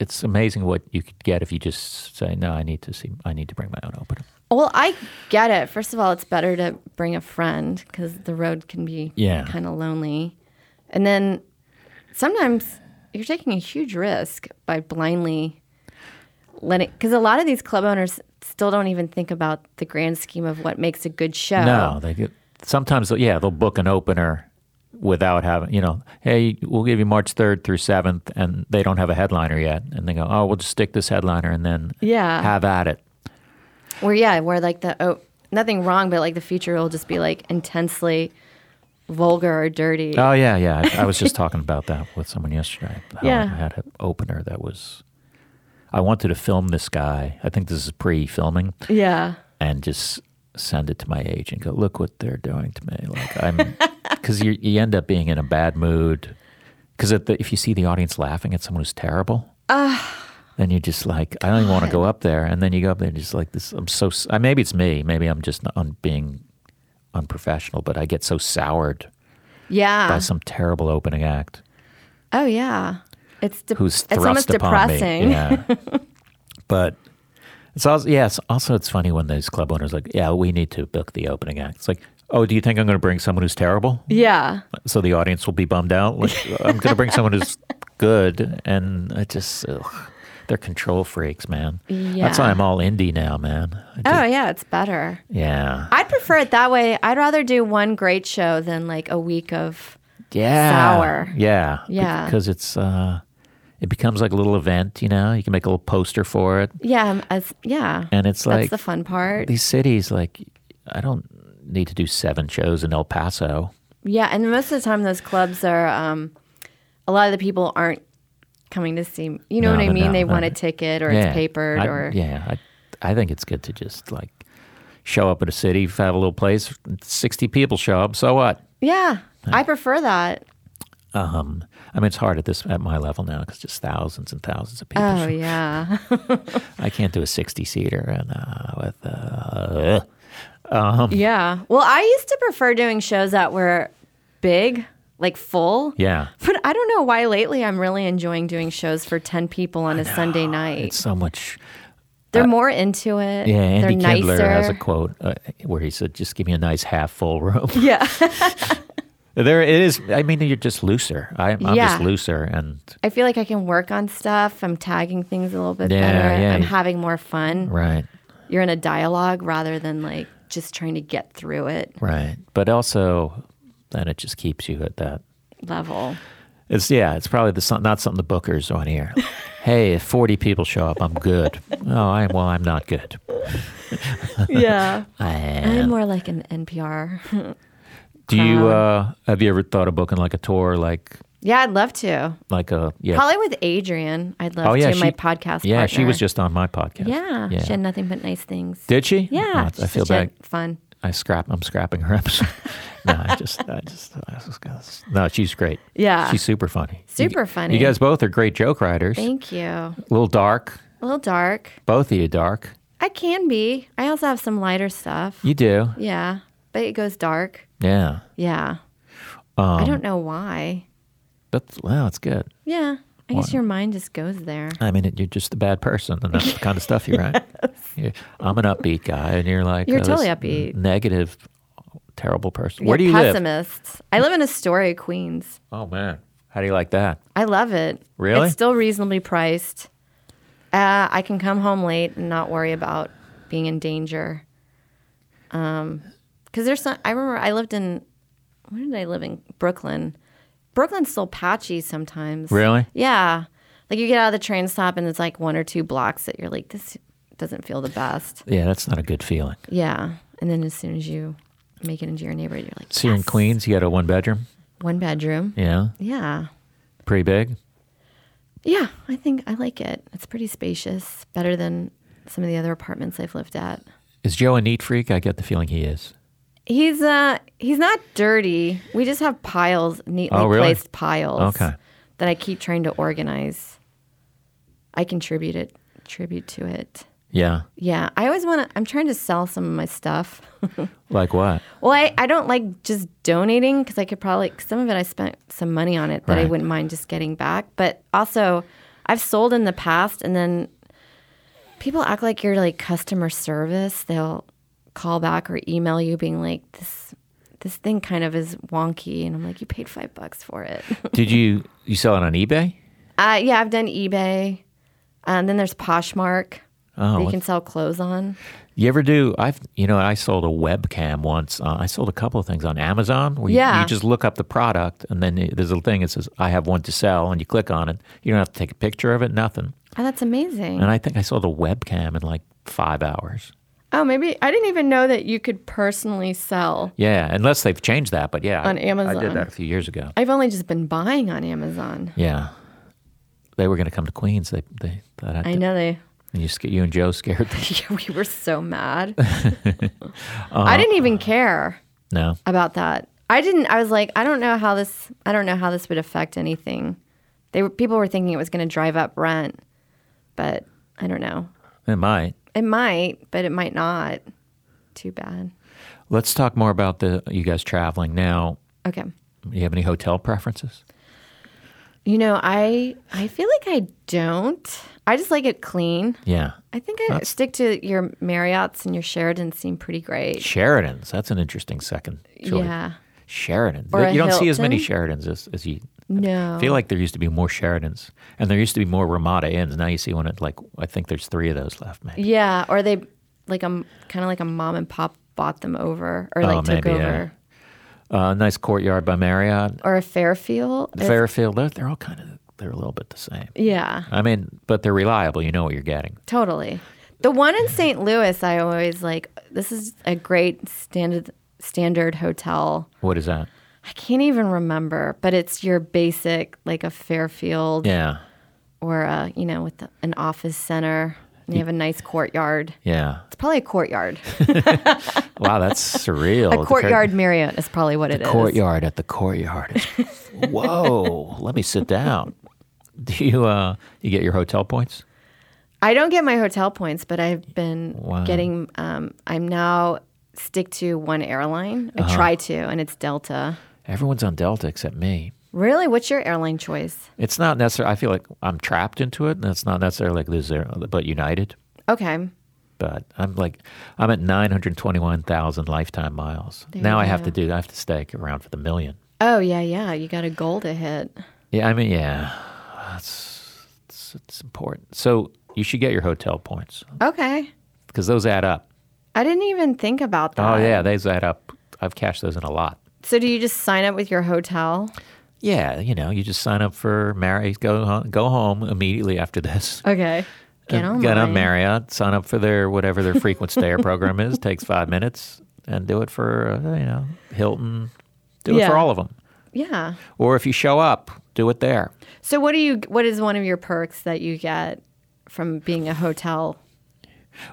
It's amazing what you could get if you just say, "No, I need to see. I need to bring my own opener."
Well, I get it. First of all, it's better to bring a friend because the road can be
Yeah.
kind of lonely. And then sometimes you're taking a huge risk by blindly letting, because a lot of these club owners still don't even think about the grand scheme of what makes a good show.
No, they get sometimes. they'll- Yeah, they'll book an opener without having you know. Hey, we'll give you March third through seventh, and they don't have a headliner yet, and they go, oh, we'll just stick this headliner, and then
Yeah.
have at it.
Where, yeah, where like the, oh, nothing wrong, but like the feature will just be like intensely vulgar or dirty.
Oh yeah, yeah. I, I was just talking about that with someone yesterday. how
Yeah.
I had an opener that was. I wanted to film this guy. I think this is pre-filming,
yeah.
and just send it to my agent. Go look what they're doing to me. Like I'm, because you you end up being in a bad mood. Because if you see the audience laughing at someone who's terrible, then you're just like, I don't even want to go up there. And then you go up there and just like this. I'm so. s- I, maybe it's me. Maybe I'm just not, I'm being unprofessional. But I get so soured
Yeah.
by some terrible opening act
Oh yeah, it's de-
who's
it's
thrust
almost
upon
depressing.
me. Yeah. but it's also yeah. It's also it's funny when those club owners are like, yeah, we need to book the opening act. It's like, oh, do you think I'm going to bring someone who's terrible
Yeah.
so the audience will be bummed out? Like, I'm going to bring someone who's good, and it just ugh, they're control freaks, man. That's why
Yeah.
I'm all indie now, man. I do-
Oh yeah, it's better.
yeah,
I'd prefer it that way. I'd rather do one great show than like a week of.
yeah,
sour.
yeah, be-
Yeah.
because it's. uh it becomes like a little event, you know. You can make a little poster for it.
Yeah, um, as yeah.
And it's
that's
like-
the fun part.
these cities like i don't need to do seven shows in el paso
Yeah, and most of the time those clubs are um, a lot of the people aren't coming to see. You know
No,
what I
no,
mean?
no,
they
no.
want a ticket or it's papered
I-
or
yeah. I, I think it's good to just like show up at a city, have a little place. Sixty people show up. So what?
yeah. I prefer that.
Um, I mean, it's hard at this at my level now because just thousands and thousands of people.
Oh
show-
yeah.
I can't do a sixty seater and uh, with uh,
yeah. Well, I used to prefer doing shows that were big, like full.
yeah.
But I don't know why lately I'm really enjoying doing shows for 10 people on a Sunday night.
It's so much.
They're more into it.
Yeah,
They're
Andy
nicer.
Kindler has a quote uh, where he said, "Just give me a nice half full room."
yeah.
there it is. I mean, you're just looser. I'm, I'm just
Yeah.
looser, and
I feel like I can work on stuff. I'm tagging things a little bit
Yeah,
better.
yeah.
I'm having more fun.
right.
You're in a dialogue rather than like just trying to get through it
Right. But also, then it just keeps you at that.
level.
It's yeah. It's probably the some- not something the bookers on here. hey, if forty people show up, I'm good. oh, I well, I'm not good.
Yeah. I'm
And
more like an NPR.
do you uh, have you ever thought of booking like a tour, like
yeah, I'd love to.
like a yeah?
Probably with Adrian. I'd love
oh yeah,
to. my
she-
podcast.
Yeah, she was
partner.
just on my podcast.
Yeah, She had nothing but nice things.
Did she?
yeah.
Oh, I
she
feel
said she
bad.
had Fun.
I scrap. I'm scrapping her episode. no, I just, I just, I was gonna, no. She's great.
Yeah.
she's super funny.
Super
You-
funny.
You guys both are great joke writers.
Thank you. A
little dark.
little dark.
Both of you dark.
I can be. I also have some lighter stuff.
You do.
Yeah. But it goes dark.
Yeah.
Yeah.
Um,
I don't know why.
That's wow. That's good.
Yeah. I guess your mind just goes there.
I mean, it, you're just a bad person, and that's the kind of stuff you write. You're- I'm an upbeat guy, and you're like
You're
uh,
totally
this
upbeat.
negative, terrible person. Where do you live?
pessimists. I live in Astoria, Queens.
Oh man, how do you like that?
I love it.
Really?
It's still reasonably priced. Uh, I can come home late and not worry about being in danger. Um, because there's some. I remember I lived in. Where did I live in Brooklyn? Brooklyn's still patchy sometimes.
Really?
Yeah. Like you get out of the train stop and it's like one or two blocks that you're like, this doesn't feel the best.
Yeah, that's not a good feeling.
Yeah. And then as soon as you make it into your neighborhood, you're like,
So you're in Queens. You got a one bedroom.
one bedroom.
Yeah,
Yeah.
pretty big.
Yeah, I think I like it. It's pretty spacious, better than some of the other apartments I've lived at.
Is Joe a neat freak? I get the feeling he is.
He's uh he's not dirty. We just have piles, neatly
Oh, really?
placed piles
Okay.
that I keep trying to organize. I contribute it tribute to it.
Yeah.
Yeah, I always want to I'm trying to sell some of my stuff.
Like what?
well, I, I don't like just donating cuz I could probably some of it I spent some money on it that I
Right.
wouldn't mind just getting back, but also I've sold in the past and then people act like you're like customer service. They'll call back or email you being like this this thing kind of is wonky and I'm like you paid 5 bucks for it.
Did you you sell it on eBay?
uh, yeah, I've done eBay. And then there's Poshmark.
Oh,
that you
what-
can sell clothes on.
You ever do? I've you know I sold a webcam once. Uh, I sold a couple of things on Amazon. Where you-
Yeah.
You just look up the product and then it- there's a thing that says I have one to sell, and you click on it. You don't have to take a picture of it, nothing.
Oh, that's amazing.
And I think I sold a webcam in like five hours.
Oh, maybe I didn't even know that you could personally sell.
Yeah, unless they've changed that, but yeah,
On
I- I
Amazon.
did that a few years ago.
I've only just been buying on Amazon.
Yeah, they were going to come to Queens. They they thought I,
I
did.
know they.
And you sca- you and Joe scared them.
Yeah, we were so mad.
Uh-huh.
I didn't even care
No,
about that. I didn't. I was like, I don't know how this. I don't know how this would affect anything. They were people were thinking it was going to drive up rent, but I don't know.
it might.
It might, but it might not. Too bad.
Let's talk more about the you guys traveling now.
Okay.
You have any hotel preferences?
You know, I I feel like I don't. I just like it clean.
Yeah.
I think I stick to your Marriotts and your Sheratons seem pretty great.
Sheridan's. That's an interesting second choice.
Yeah.
Sheridan.
Or a
you don't see as many
Hilton.
Sheridans as, as you
No.
I feel like there used to be more Sheridans and there used to be more Ramada Inns. Now you see one at like, I think there's three of those left, maybe.
yeah, or they like um kind of like a mom and pop bought them over or like
Oh,
took
maybe, yeah.
over.
Uh, nice courtyard by Marriott.
Or a Fairfield. It's-
Fairfield, they're, they're all kind of, they're a little bit the same.
Yeah,
I mean, but they're reliable. You know what you're getting.
totally. The one in St. Louis I always like this is a great standard standard hotel.
What is that?
I can't even remember, but it's your basic like a Fairfield
Yeah.
or uh, you know, with an office center. And you have a nice courtyard.
Yeah.
It's probably a courtyard.
Wow, that's surreal.
a courtyard Marriott is probably what it is.
Oh, The courtyard at the courtyard. is- Whoa, let me sit down. Do you uh you get your hotel points?
I don't get my hotel points, but I've been
Wow.
getting. Um, I'm now stick to one airline.
Uh-huh.
I try to, and it's Delta.
Everyone's on Delta except me.
Really, what's your airline choice?
It's not necessarily I feel like I'm trapped into it and it's not necessarily like this air- but United.
Okay,
But I'm like I'm at nine hundred twenty one thousand lifetime miles. now I have to do I have to stay around for the million.
Oh yeah, yeah. You got a goal to hit.
Yeah, I mean, yeah, that's it's, it's important. So you should get your hotel points
Okay.
because those add up.
I didn't even think about that.
Oh yeah, those add up. I've cashed those in a lot.
So do you just sign up with your hotel?
Yeah, you know, you just sign up for Marriott. Go ho- go home immediately after this.
Okay. Get
Uh,
on.
Get on
mine.
Marriott. Sign up for their whatever their frequent stayer program is. Takes five minutes and do it for uh, you know Hilton. Do it
Yeah.
for all of them.
Yeah.
Or if you show up, do it there.
So what do you? What is one of your perks that you get from being a hotel?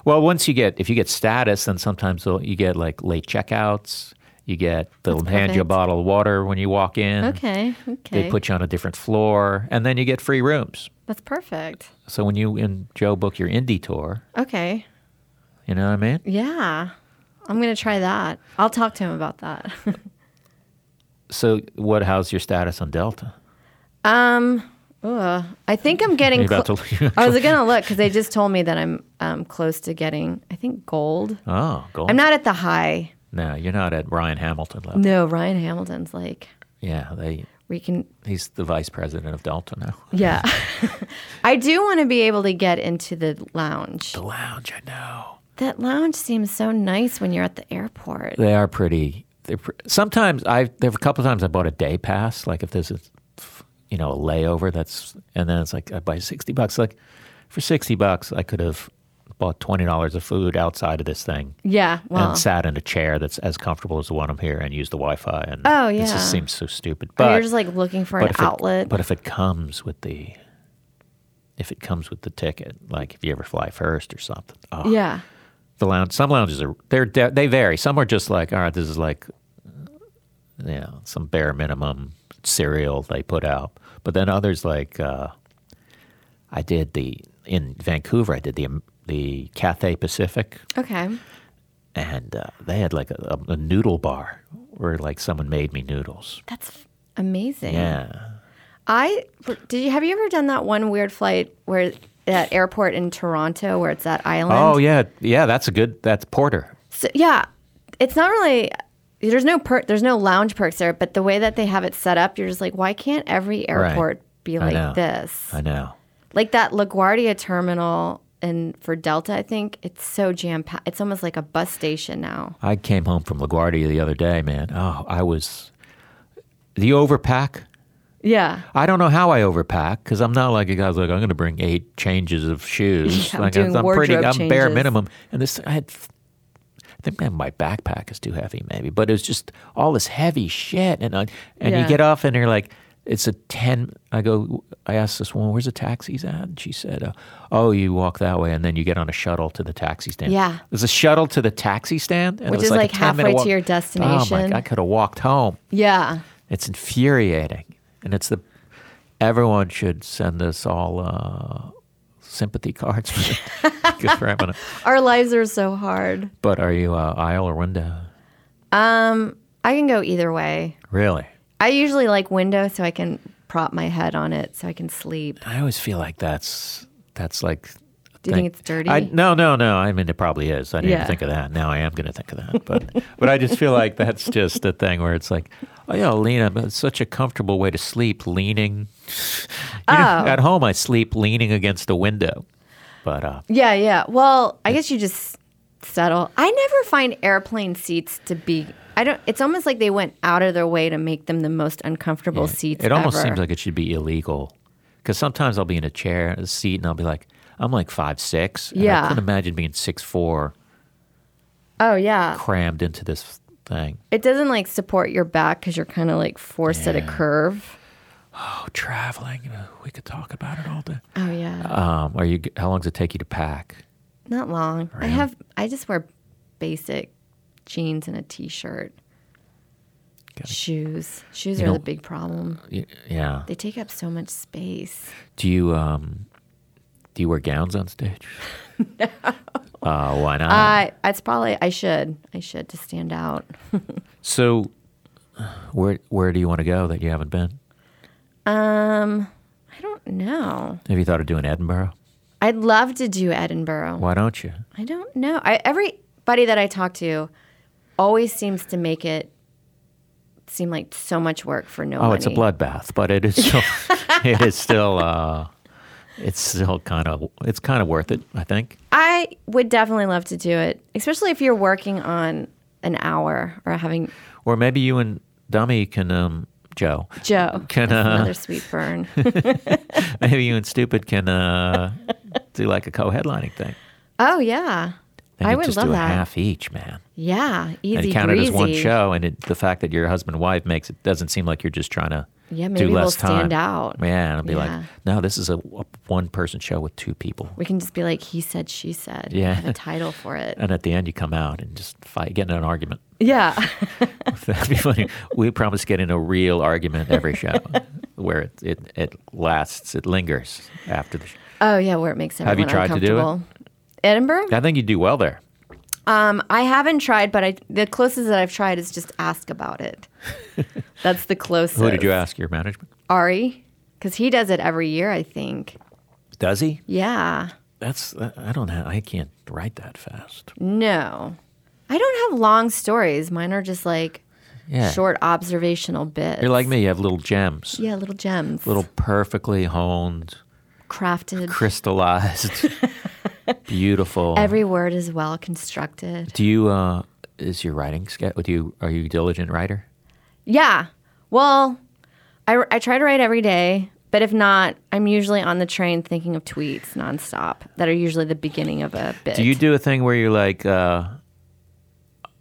Well, once you get if you get status, then sometimes they'll- you get like late checkouts. You get they'll hand you a
perfect.
bottle of water when you walk in.
Okay. Okay.
They put you on a different floor, and then you get free rooms.
That's perfect.
So when you and Joe book your indie tour,
Okay.
you know what I mean.
Yeah. I'm gonna try that. I'll talk to him about that.
So what? How's your status on Delta?
Um, Ugh. I think I'm getting.
Are you about
clo-
to-
I was gonna look because they just told me that I'm um, close to getting. I think gold.
Oh, gold.
I'm not at the high.
no, you're not at Ryan Hamilton level.
No, Ryan Hamilton's like
Yeah, they.
we can.
He's the vice president of Delta now.
Yeah, I do want to be able to get into the lounge.
The lounge, I know.
That lounge seems so nice when you're at the airport.
They are pretty. They're pr- sometimes I there have a couple times I bought a day pass. Like if there's a you know a layover that's and then it's like I buy sixty bucks. Like for sixty bucks I could have bought twenty dollars of food outside of this thing
Yeah, well,
and sat in a chair that's as comfortable as the one I'm here and used the Wi-Fi. And
Oh,
it
yeah.
just seems so stupid.
or
But
you're just like looking for an
if it-
outlet.
but if it comes with the if it comes with the ticket, like if you ever fly first or something, oh,
yeah,
the lounge. Some lounges are they're de- they vary. Some are just like all right, this is like you know some bare minimum cereal they put out, but then others like uh, I did the in Vancouver. I did the um, the Cathay Pacific,
okay,
and uh, they had like a, a, a noodle bar where like someone made me noodles.
that's f- amazing.
Yeah.
I did you have you ever done that one weird flight where that airport in Toronto where it's that island?
Oh yeah, yeah. That's a good. That's Porter.
So, yeah, it's not really. There's no per, there's no lounge perks there, but the way that they have it set up, you're just like, why can't every airport be
I know.
like this?
I know.
Like that LaGuardia terminal and for Delta, I think it's so jam packed. It's almost like a bus station now.
I came home from LaGuardia the other day, man. Oh, I was the overpack.
Yeah,
I don't know how I overpack because I'm not like a guy's like I'm going to bring eight changes of shoes.
Yeah, I'm
like
doing
pretty,
wardrobe
I'm bare
changes.
minimum. And this, I had, I think man, my backpack is too heavy, maybe. But it was just all this heavy shit, and I, and you
Yeah.
get off and you're like, it's a ten. I go, I asked this woman, where's the taxis at? And she said, uh, oh, you walk that way, and then you get on a shuttle to the taxi stand.
Yeah.
there's a shuttle to the taxi stand, and
Which
it was
is
like,
like
a 10 minute
halfway to
walk.
your
Oh my,
destination.
God, I could have walked home.
yeah.
It's infuriating, and it's the everyone should send us all uh, sympathy cards. For Good for having a-
Our lives are so hard.
But are you uh, aisle or window?
I can go either way.
Really?
I usually like window so I can prop my head on it so I can sleep.
I always feel like that's that's like.
Do you think it's dirty?
I, no, no, no. I mean, it probably is. I didn't
Yeah.
even think of that. Now I am going to think of that. But but I just feel like that's just a thing where it's like, oh yeah, lean. up. It's such a comfortable way to sleep, leaning. You know,
Oh.
at home, I sleep leaning against a window. But uh,
Yeah, yeah. Well, I guess you just settle. I never find airplane seats to be. I don't. It's almost like they went out of their way to make them the most uncomfortable
Yeah.
seats.
It almost
ever.
seems like it should be illegal because sometimes I'll be in a chair, a seat, and I'll be like, I'm like five six. and I
Yeah.
couldn't imagine being six four
Oh yeah,
crammed into this thing.
it doesn't like support your back because you're kind of like forced at a curve.
oh, traveling. you know, We could talk about it all day.
Oh yeah,
Um, are you? g- How long does it take you to pack?
not long. I have. I just wear basic jeans and a t-shirt.
Got it.
Shoes. Shoes
You
are
know-
the big problem.
Y- Yeah.
They take up so much space.
Do you um, do you wear gowns on stage? no. Uh, why not?
I. it's probably. I should. I should to stand out.
so, where where do you want to go that you haven't been?
Um, I don't know.
Have you thought of doing Edinburgh?
I'd love to do Edinburgh.
Why don't you?
I don't know. I, everybody that I talk to always seems to make it seem like so much work for no
Oh,
money.
it's a bloodbath, but it is still, it is still uh, it's still kind of it's kind of worth it, I think.
I would definitely love to do it, especially if you're working on an hour or having
Or maybe you and Dummy can um, Joe.
Joe.
Can,
That's
uh,
another sweet burn.
Maybe you and Stupid can uh, do like a co-headlining thing.
oh yeah,
They
I
could
would
just
love
do a
that.
half each, man.
Yeah,
and
easy
it counted
breezy.
as one show. And it, the fact that you're husband and wife makes it doesn't seem like you're just trying to
Yeah,
do
maybe
less
we'll
time.
stand out.
Yeah, and it'll be
Yeah.
like, no, this is a, one person show with two people.
We can just be like he said, she said.
Yeah.
have a title for it.
And at the end, you come out and just fight, get in an argument.
yeah.
That'd be funny. We promise to get in a real argument every show where it, it, it lasts, it lingers after the show.
Oh yeah, where it makes everyone
Have you tried to do it?
uncomfortable. Edinburgh?
I think you do well there.
Um, I haven't tried, but I the closest that I've tried is just ask about it. That's the closest.
Who did you ask? Your management?
Ari, because he does it every year, I think.
Does he?
Yeah.
That's, I I don't know. I can't write that fast.
No, I don't have long stories. Mine are just like
Yeah.
short observational bits.
You're like me. You have little gems,
yeah, little gems,
little perfectly honed,
crafted.
crystallized, beautiful.
Every word is well constructed.
do you, uh, is your writing, ske- do you, are you a diligent writer?
Yeah. Well, I, I try to write every day, but if not, I'm usually on the train thinking of tweets nonstop that are usually the beginning of a bit.
Do you do a thing where you're like, uh,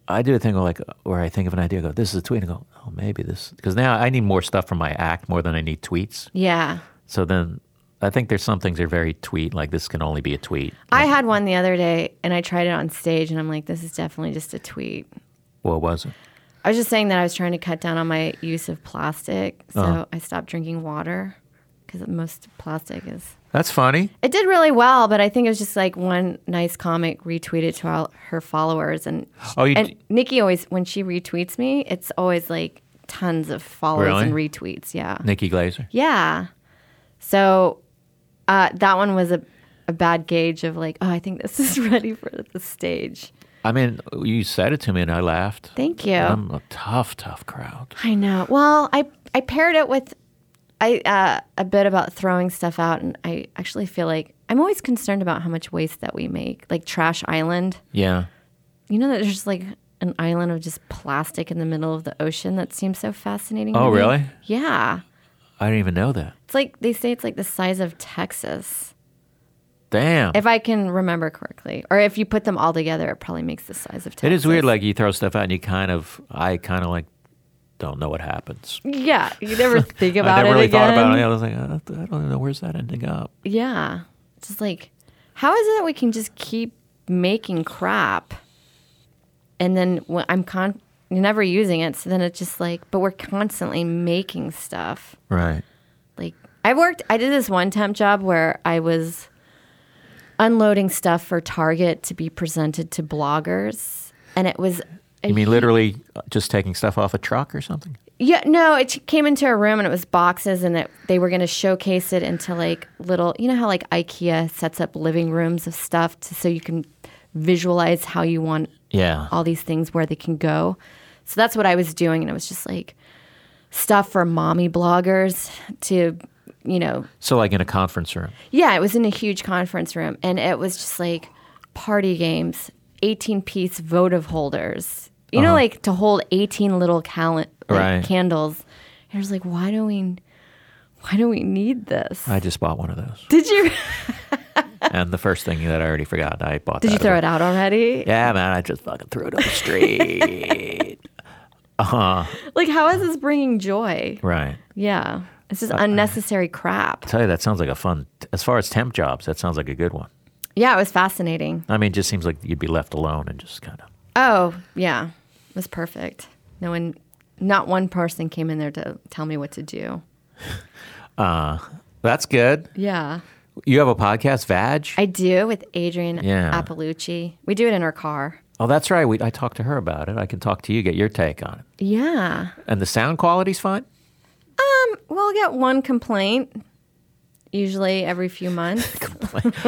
I do a thing where like where I think of an idea, I go, this is a tweet, and I go, oh, maybe this, because now I need more stuff from my act more than I need tweets.
Yeah.
So then, I think there's some things that are very tweet, like this can only be a tweet.
I had one the other day and I tried it on stage and I'm like, this is definitely just a tweet.
What was it?
I was just saying that I was trying to cut down on my use of plastic. So
Uh-huh.
I stopped drinking water because most plastic is.
That's funny.
It did really well, but I think it was just like one nice comic retweeted to all her followers. And,
Oh, you
and Nikki always, when she retweets me, it's always like tons of followers and
Really?
retweets. Yeah.
Nikki Glazer.
Yeah. So uh, that one was a, a bad gauge of like, oh, I think this is ready for the stage.
I mean, you said it to me, and I laughed.
Thank you.
I'm a tough, tough crowd.
I know. Well, I I paired it with I uh, a bit about throwing stuff out, and I actually feel like I'm always concerned about how much waste that we make, like Trash Island.
Yeah.
You know that there's just like an island of just plastic in the middle of the ocean that seems so fascinating. to
Oh,
me.
really?
Yeah.
I didn't even know that.
It's like they say it's like the size of Texas.
Damn.
If I can remember correctly, or if you put them all together, it probably makes the size of Texas.
it is weird. Like you throw stuff out, and you kind of, I kind of like, don't know what happens.
yeah, you never think about
I never
it
really
again.
thought about it. I was like, I don't- I don't know where's that ending up.
Yeah. It's just like, how is it that we can just keep making crap and then when I'm con- never using it? So then it's just like, but we're constantly making stuff.
Right.
Like, I worked, I did this one temp job where I was unloading stuff for Target to be presented to bloggers. And it was, a
You mean literally uh, just taking stuff off a truck or something?
Yeah, no, it came into a room and it was boxes, and it, they were going to showcase it into like little, you know how like IKEA sets up living rooms of stuff to, so you can visualize how you want
Yeah.
all these things where they can go. So that's what I was doing, and it was just like stuff for mommy bloggers to, you know,
So like in a conference room.
yeah, it was in a huge conference room, and it was just like party games, eighteen piece votive holders. You know, like to hold eighteen little calen- like,
Uh-huh. Right.
candles. And I was like, why do we, why do we need this?
I just bought one of those.
Did you
and the first thing that I already forgot, I bought
did
that
you
as
throw
well.
it out already?
Yeah, man, I just fucking threw it on the street. Uh-huh,
Like, how is this bringing joy?
right.
Yeah, This
Uh-huh.
is unnecessary crap.
tell you, that sounds like a fun. As far as temp jobs, that sounds like a good one.
Yeah, it was fascinating.
I mean, it just seems like you'd be left alone and just kind of.
Oh, yeah. It was perfect. No one, not one person came in there to tell me what to do.
That's good.
Yeah.
You have a podcast, Vag.
I do with Adrian
Yeah.
Appalucci. We do it in our car.
oh, that's right. We, I talked to her about it. I can talk to you, get your take on it.
Yeah.
And the sound quality's fine.
We'll get one complaint usually every few months.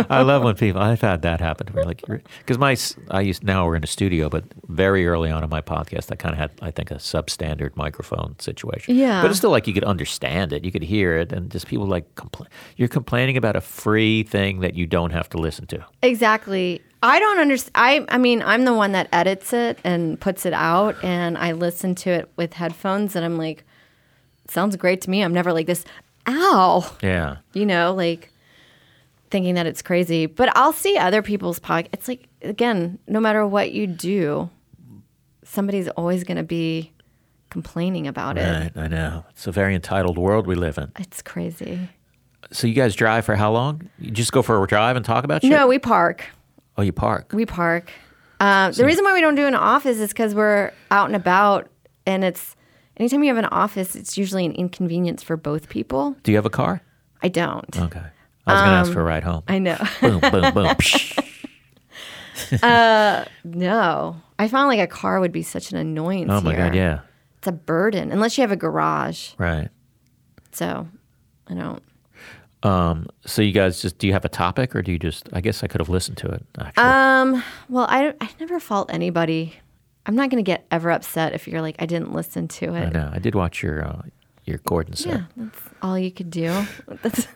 I love when people. I've had that happen to me. Like, because my s- I used now we're in a studio, but very early on in my podcast, I kind of had I think a substandard microphone situation.
Yeah.
but it's still like you could understand it, you could hear it, and just people like compla- You're complaining about a free thing that you don't have to listen to.
Exactly. I don't understand. I, I mean, I'm the one that edits it and puts it out, and I listen to it with headphones, and I'm like, sounds great to me. I'm never like this, ow,
Yeah,
you know, like thinking that it's crazy. But I'll see other people's podcast. It's like, again, no matter what you do, somebody's always going to be complaining about it.
right. I know it's a very entitled world we live in.
It's crazy.
So you guys drive for how long? You just go for a drive and talk about shit.
No, we park.
Oh, you park.
We park. Uh, the reason why we don't do an office is because we're out and about, and it's anytime you have an office, it's usually an inconvenience for both people.
Do you have a car?
I don't.
Okay. I was gonna ask for a ride home.
Um, I know.
boom, boom, boom. Psh.
no, I found like a car would be such an annoyance.
Oh my
here.
god, yeah,
it's a burden unless you have a garage.
right.
So I don't.
Um, So you guys just do you have a topic or do you just I guess I could have listened to it actually.
Uh, Um, Well, I I never fault anybody. I'm not gonna get ever upset if you're like I didn't listen to
I
it.
know. I did watch your uh, your Gordon set.
Yeah, that's all you could do. That's,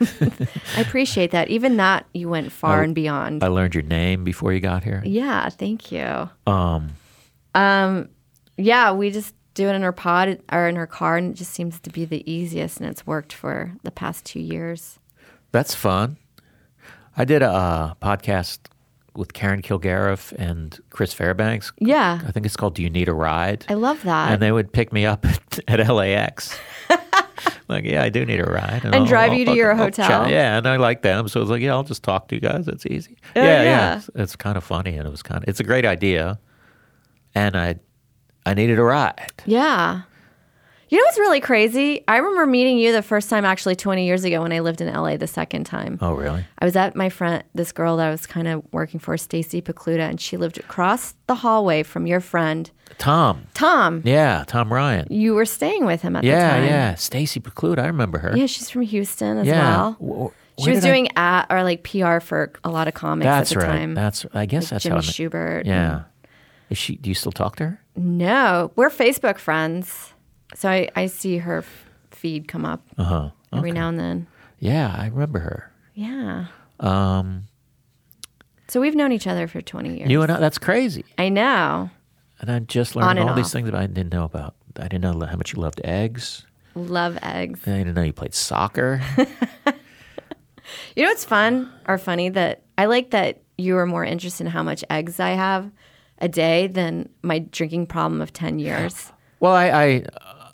I appreciate that. Even that, you went far and beyond.
Oh, I learned your name before you got here.
Yeah, thank you. Um, yeah, we just do it in our pod or in our car, and it just seems to be the easiest, and it's worked for the past two years.
That's fun. I did a uh, podcast with Karen Kilgariff and Chris Fairbanks.
Yeah,
I think it's called Do You Need a Ride?
I love that.
and
And,
they would pick me up at, at LAX. like, yeah, I do need a ride. And,
drive you to
fucking-
your
I'll chat.
hotel.
yeah, and I like them. So it's like, yeah, I'll just talk to you guys. It's easy.
Yeah,
yeah,
Uh, yeah.
It's, it's kind of funny. And it was kind of, it's a great idea. And I, I needed a ride.
yeah, you know what's really crazy? I remember meeting you the first time actually 20 years ago when I lived in LA the second time.
Oh, really?
I was at my friend, this girl that I was kind of working for, Stacy Pacluda, and she lived across the hallway from your friend
Tom.
Tom.
Yeah, Tom Ryan.
You were staying with him at the
Yeah,
time.
yeah. Stacy Preclude. I remember her.
Yeah, she's from Houston as
yeah.
well.
W-
She
where
was
did I-
doing at or like PR for a lot of comics
That's
at the
right.
time.
That's I guess that's how.
Jimmy
I met-
Schubert.
yeah. Is she? Do you still talk to her?
No, we're Facebook friends. So I, I see her f- feed come up
Uh,
every now and then.
Yeah, I remember her.
Yeah. Um, so we've known each other for 20 years.
You and I. That's crazy.
I know.
And I just
On
learned
and
all these
off.
things that I didn't know about. I didn't know how much you loved eggs.
Love eggs.
I didn't know you played soccer.
You know what's fun or funny that I like that you are more interested in how much eggs I have a day than my drinking problem of 10 years.
well, I, I,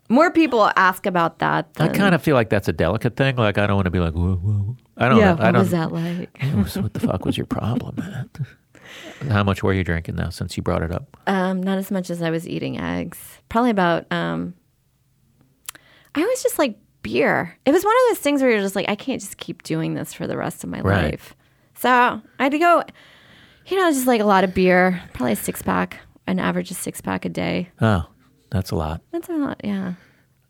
More people ask about that
I
than
kind of feel like that's a delicate thing. Like I don't want to be like, whoa, whoa. I don't.
Yeah,
know. I
what
don't.
was that like?
Yeah, so what the fuck was your problem, man? How much were you drinking now since you brought it up?
Um, not as much as I was eating eggs. Probably about. Um, I was just like beer. It was one of those things where you're just like, I can't just keep doing this for the rest of my
Right.
life. So I had to go. You know, just like a lot of beer. Probably a six pack, an average of six pack a day.
Oh, that's a lot.
That's a lot, yeah.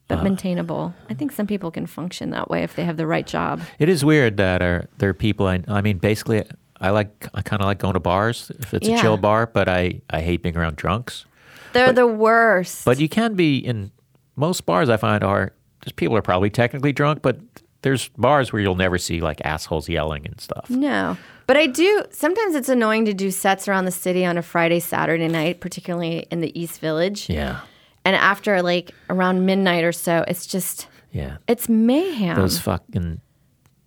But maintainable. I think some people can function that way if they have the right job.
It is weird that are there are people. I, I mean, basically, I like. I kind of like going to bars if it's
Yeah.
a chill bar, but I I hate being around drunks.
They're the worst.
But you can be in most bars. I find are just people are probably technically drunk, but there's bars where you'll never see like assholes yelling and stuff.
No. But I do sometimes it's annoying to do sets around the city on a Friday, Saturday night, particularly in the East Village.
Yeah,
And after like around midnight or so, it's just
yeah.
it's mayhem.
Those fucking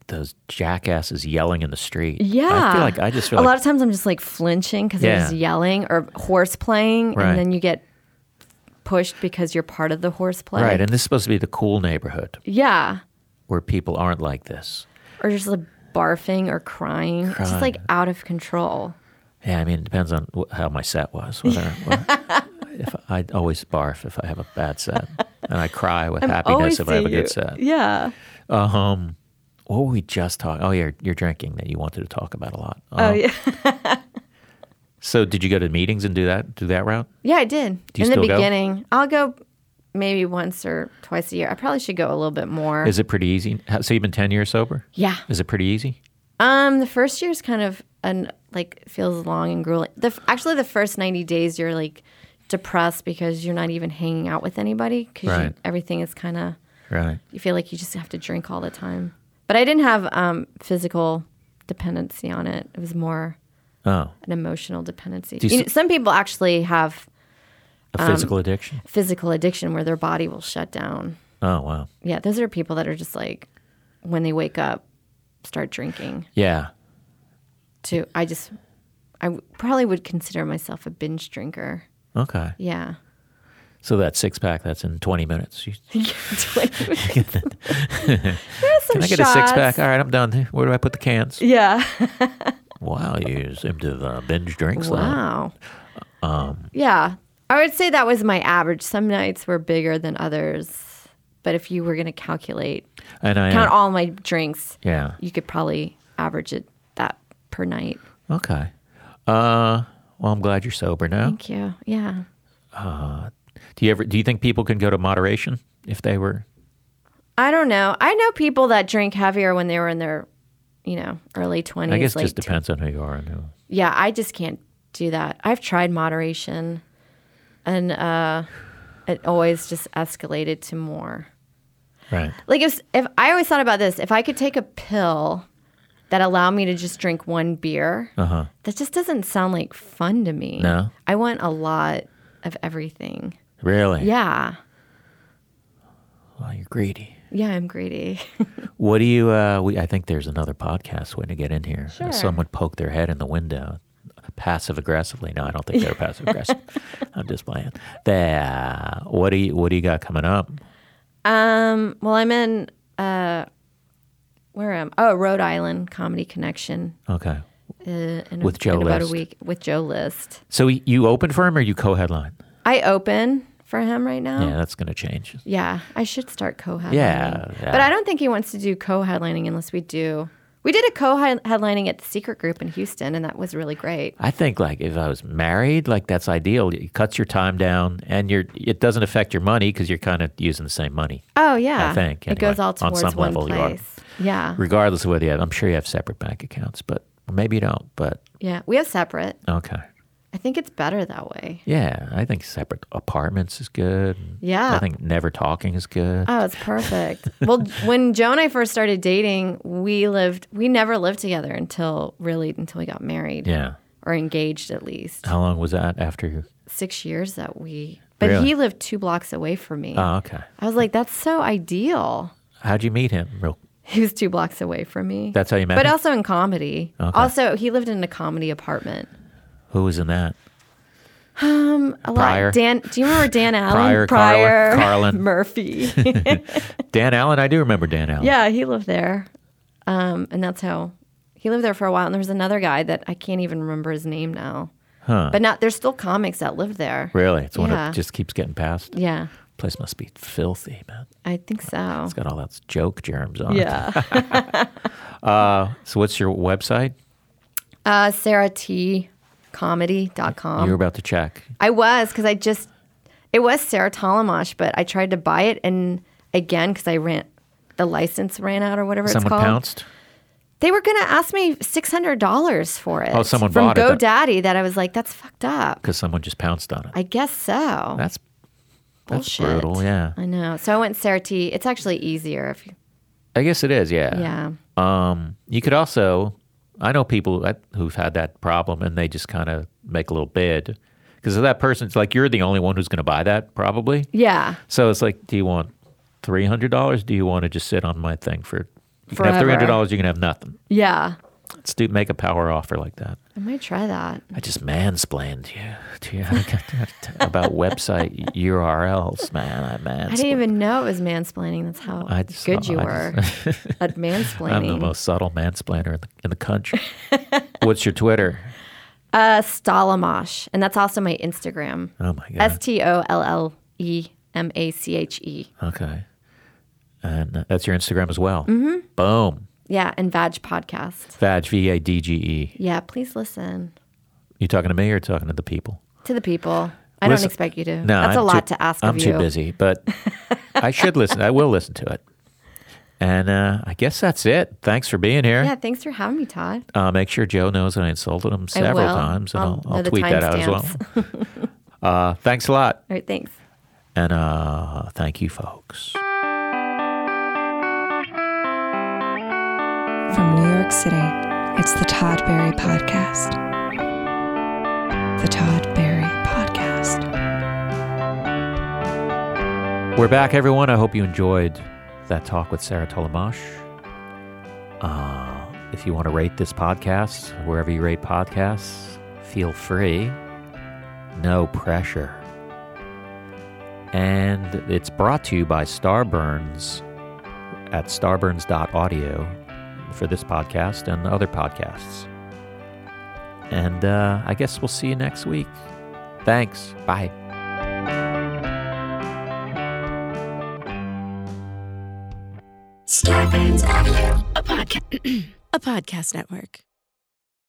those jackasses yelling in the street.
yeah.
I feel like I just feel
a
like
lot of times I'm just like flinching because
Yeah.
they're just yelling or horse playing
Right.
and then you get pushed because you're part of the horse play.
right. And this is supposed to be the cool neighborhood
yeah.
where people aren't like this.
or just like barfing or crying. It's just like out of control.
Yeah, I mean, it depends on wh- how my set was. Whether, if I always barf if I have a bad set, and I cry with happiness
Always
if I have
see
a
you.
good set.
Yeah.
Um, what were we just talking? Oh, you're you're drinking that you wanted to talk about a lot.
Oh
Um,
yeah.
So did you go to meetings and do that? Do that route?
Yeah, I did.
Do you
In
still
the
go?
beginning, I'll go maybe once or twice a year. I probably should go a little bit more.
Is it pretty easy? Ha- So you've been ten years sober?
yeah.
Is it pretty easy?
Um, the first year's kind of an like feels long and grueling. The f- actually the first ninety days you're like depressed because you're not even hanging out with anybody because
Right.
everything is kind of
Right.
you feel like you just have to drink all the time. But I didn't have um, physical dependency on it. It was more
Oh,
an emotional dependency.
Do you
You know,
s-
some people actually have Um,
a physical addiction.
physical addiction where their body will shut down.
Oh wow.
Yeah, those are people that are just like when they wake up, start drinking.
Yeah.
Too. I just, I w- probably would consider myself a binge drinker.
Okay.
Yeah.
So that six pack that's in twenty minutes. You-
Like, there are some
Can I get
shots.
a six pack? All right, I'm done. Where do I put the cans?
Yeah.
Wow, you seem to have uh, binge drinks. now.
Wow. yeah. I would say that was my average. Some nights were bigger than others. But if you were going to calculate,
And I
count all my drinks,
Yeah.
you could probably average it that per night.
Okay. Uh, well, I'm glad you're sober now.
Thank you. Yeah.
Do you ever? Do you think people can go to moderation if they were?
I don't know. I know people that drink heavier when they were in their, you know, early 20s.
I guess it
late
just depends on who you are and who.
yeah, I just can't do that. I've tried moderation and uh it always just escalated to more.
Right.
Like if if I always thought about this, if I could take a pill that allowed me to just drink one beer, uh-huh. that just doesn't sound like fun to me.
No?
I want a lot of everything.
Really?
Yeah.
Well, you're greedy.
Yeah, I'm greedy.
What do you? Uh, we, I think there's another podcast when you get in here. Someone poked their head in the window, passive aggressively. No, I don't think they're passive aggressive. I'm just playing. There. What do you? What do you got coming up?
Um, well, I'm in uh, where am? Oh, Rhode Island Comedy Connection
Okay.
uh, in
With
a,
Joe
in about a
List.
week with Joe List.
So y- you open for him or you co-headline?
I open for him right now.
Yeah, that's gonna change.
Yeah, I should start co-headlining.
Yeah,
but
yeah.
I don't think he wants to do co-headlining unless we do. We did a co-headlining at the Secret Group in Houston, and that was really great.
I think like if I was married, like that's ideal. It cuts your time down, and you're it doesn't affect your money because you're kind of using the same money,
Oh yeah,
I think,
it goes
anyway,
all
on
towards
some
one
level you are.
place. Yeah,
regardless of whether you have. I'm sure you have separate bank accounts, but or maybe you don't. But
yeah, we have separate.
okay,
I think it's better that way.
yeah, I think separate apartments is good.
Yeah.
I think never talking is good.
Oh, it's perfect. well, when Joe and I first started dating, we lived we never lived together until really until we got married.
yeah.
Or engaged at least.
How long was that after you?
Six years that we but
Really?
he lived two blocks away from me.
Oh, okay.
I was like, that's so ideal.
How'd you meet him? Real.
He was two blocks away from me.
That's how you met
but
him?
also in comedy. Also, he lived in a comedy apartment.
Who was in that?
A
Pryor.
lot. Dan, do you remember Dan
Pryor,
Allen?
Carlin- Carlin.
Murphy.
Dan Allen. I do remember Dan Allen.
yeah, he lived there, um, and that's how he lived there for a while. And there was another guy that I can't even remember his name now.
Huh.
But now there's still comics that live there.
Really, it's one
Yeah.
that just keeps getting passed.
Yeah,
Place must be filthy, man.
I think so.
It's got all that joke germs on it.
Yeah.
So what's your website?
uh, SarahTComedy.com.
you were about to check.
I was because I just it was Sarah Talamash, but I tried to buy it and again because I ran the license ran out or whatever
Someone
it's called.
pounced.
They were gonna ask me six hundred dollars for it.
Oh, someone
from
bought it, that-
GoDaddy that I was like, that's fucked up.
because someone just pounced on it.
I guess so.
That's that's
Bullshit.
brutal. Yeah,
I know. So I went Sarah T. It's actually easier if you,
I guess it is. Yeah.
yeah.
Um, you could also, I know people that, who've had that problem, and they just kind of make a little bid because that person's like, you're the only one who's going to buy that, probably.
Yeah.
So it's like, do you want three hundred dollars? Do you want to just sit on my thing for? You can have
Forever.
three hundred dollars. You can have nothing.
Yeah.
Let's do make a power offer like that.
I might try that.
I just mansplained you to you about website URLs, man. I mansplained.
I didn't even know it was mansplaining. That's how
I just-
good you
I
were
just-
at mansplaining.
I'm the most subtle mansplainer in the, in the country. What's your Twitter?
Uh, Stolomash, and that's also my Instagram.
Oh my god.
S T O L L E M A C H E.
okay. And uh, that's your Instagram as well. Mm-hmm. Boom.
Yeah, and Vag Podcast.
Vag V A D G E.
Yeah, please listen
You talking to me or talking to the people?
to the people. I
Listen-
don't expect you to.
No,
that's a
I'm
lot
too-
to ask
I'm
of
too
you.
busy, but I should listen. I will listen to it. And uh, I guess that's it. Thanks for being here.
Yeah, thanks for having me, Todd.
Uh, make sure Joe knows that I insulted him several
will.
times, and
I'll
I'll,
know
I'll
the
tweet that out as well. uh, thanks a lot,
All right, thanks.
and uh, thank you, folks.
From New York City, it's the Todd Berry Podcast. The Todd Berry Podcast.
We're back, everyone. I hope you enjoyed that talk with Sarah Tolomash. Uh, if you want to rate this podcast, wherever you rate podcasts, feel free. No pressure. And it's brought to you by Starburns at starburns.audio for this podcast and other podcasts. And uh, I guess we'll see you next week. Thanks. Bye.
Starburns Audio, a podcast, a podcast network.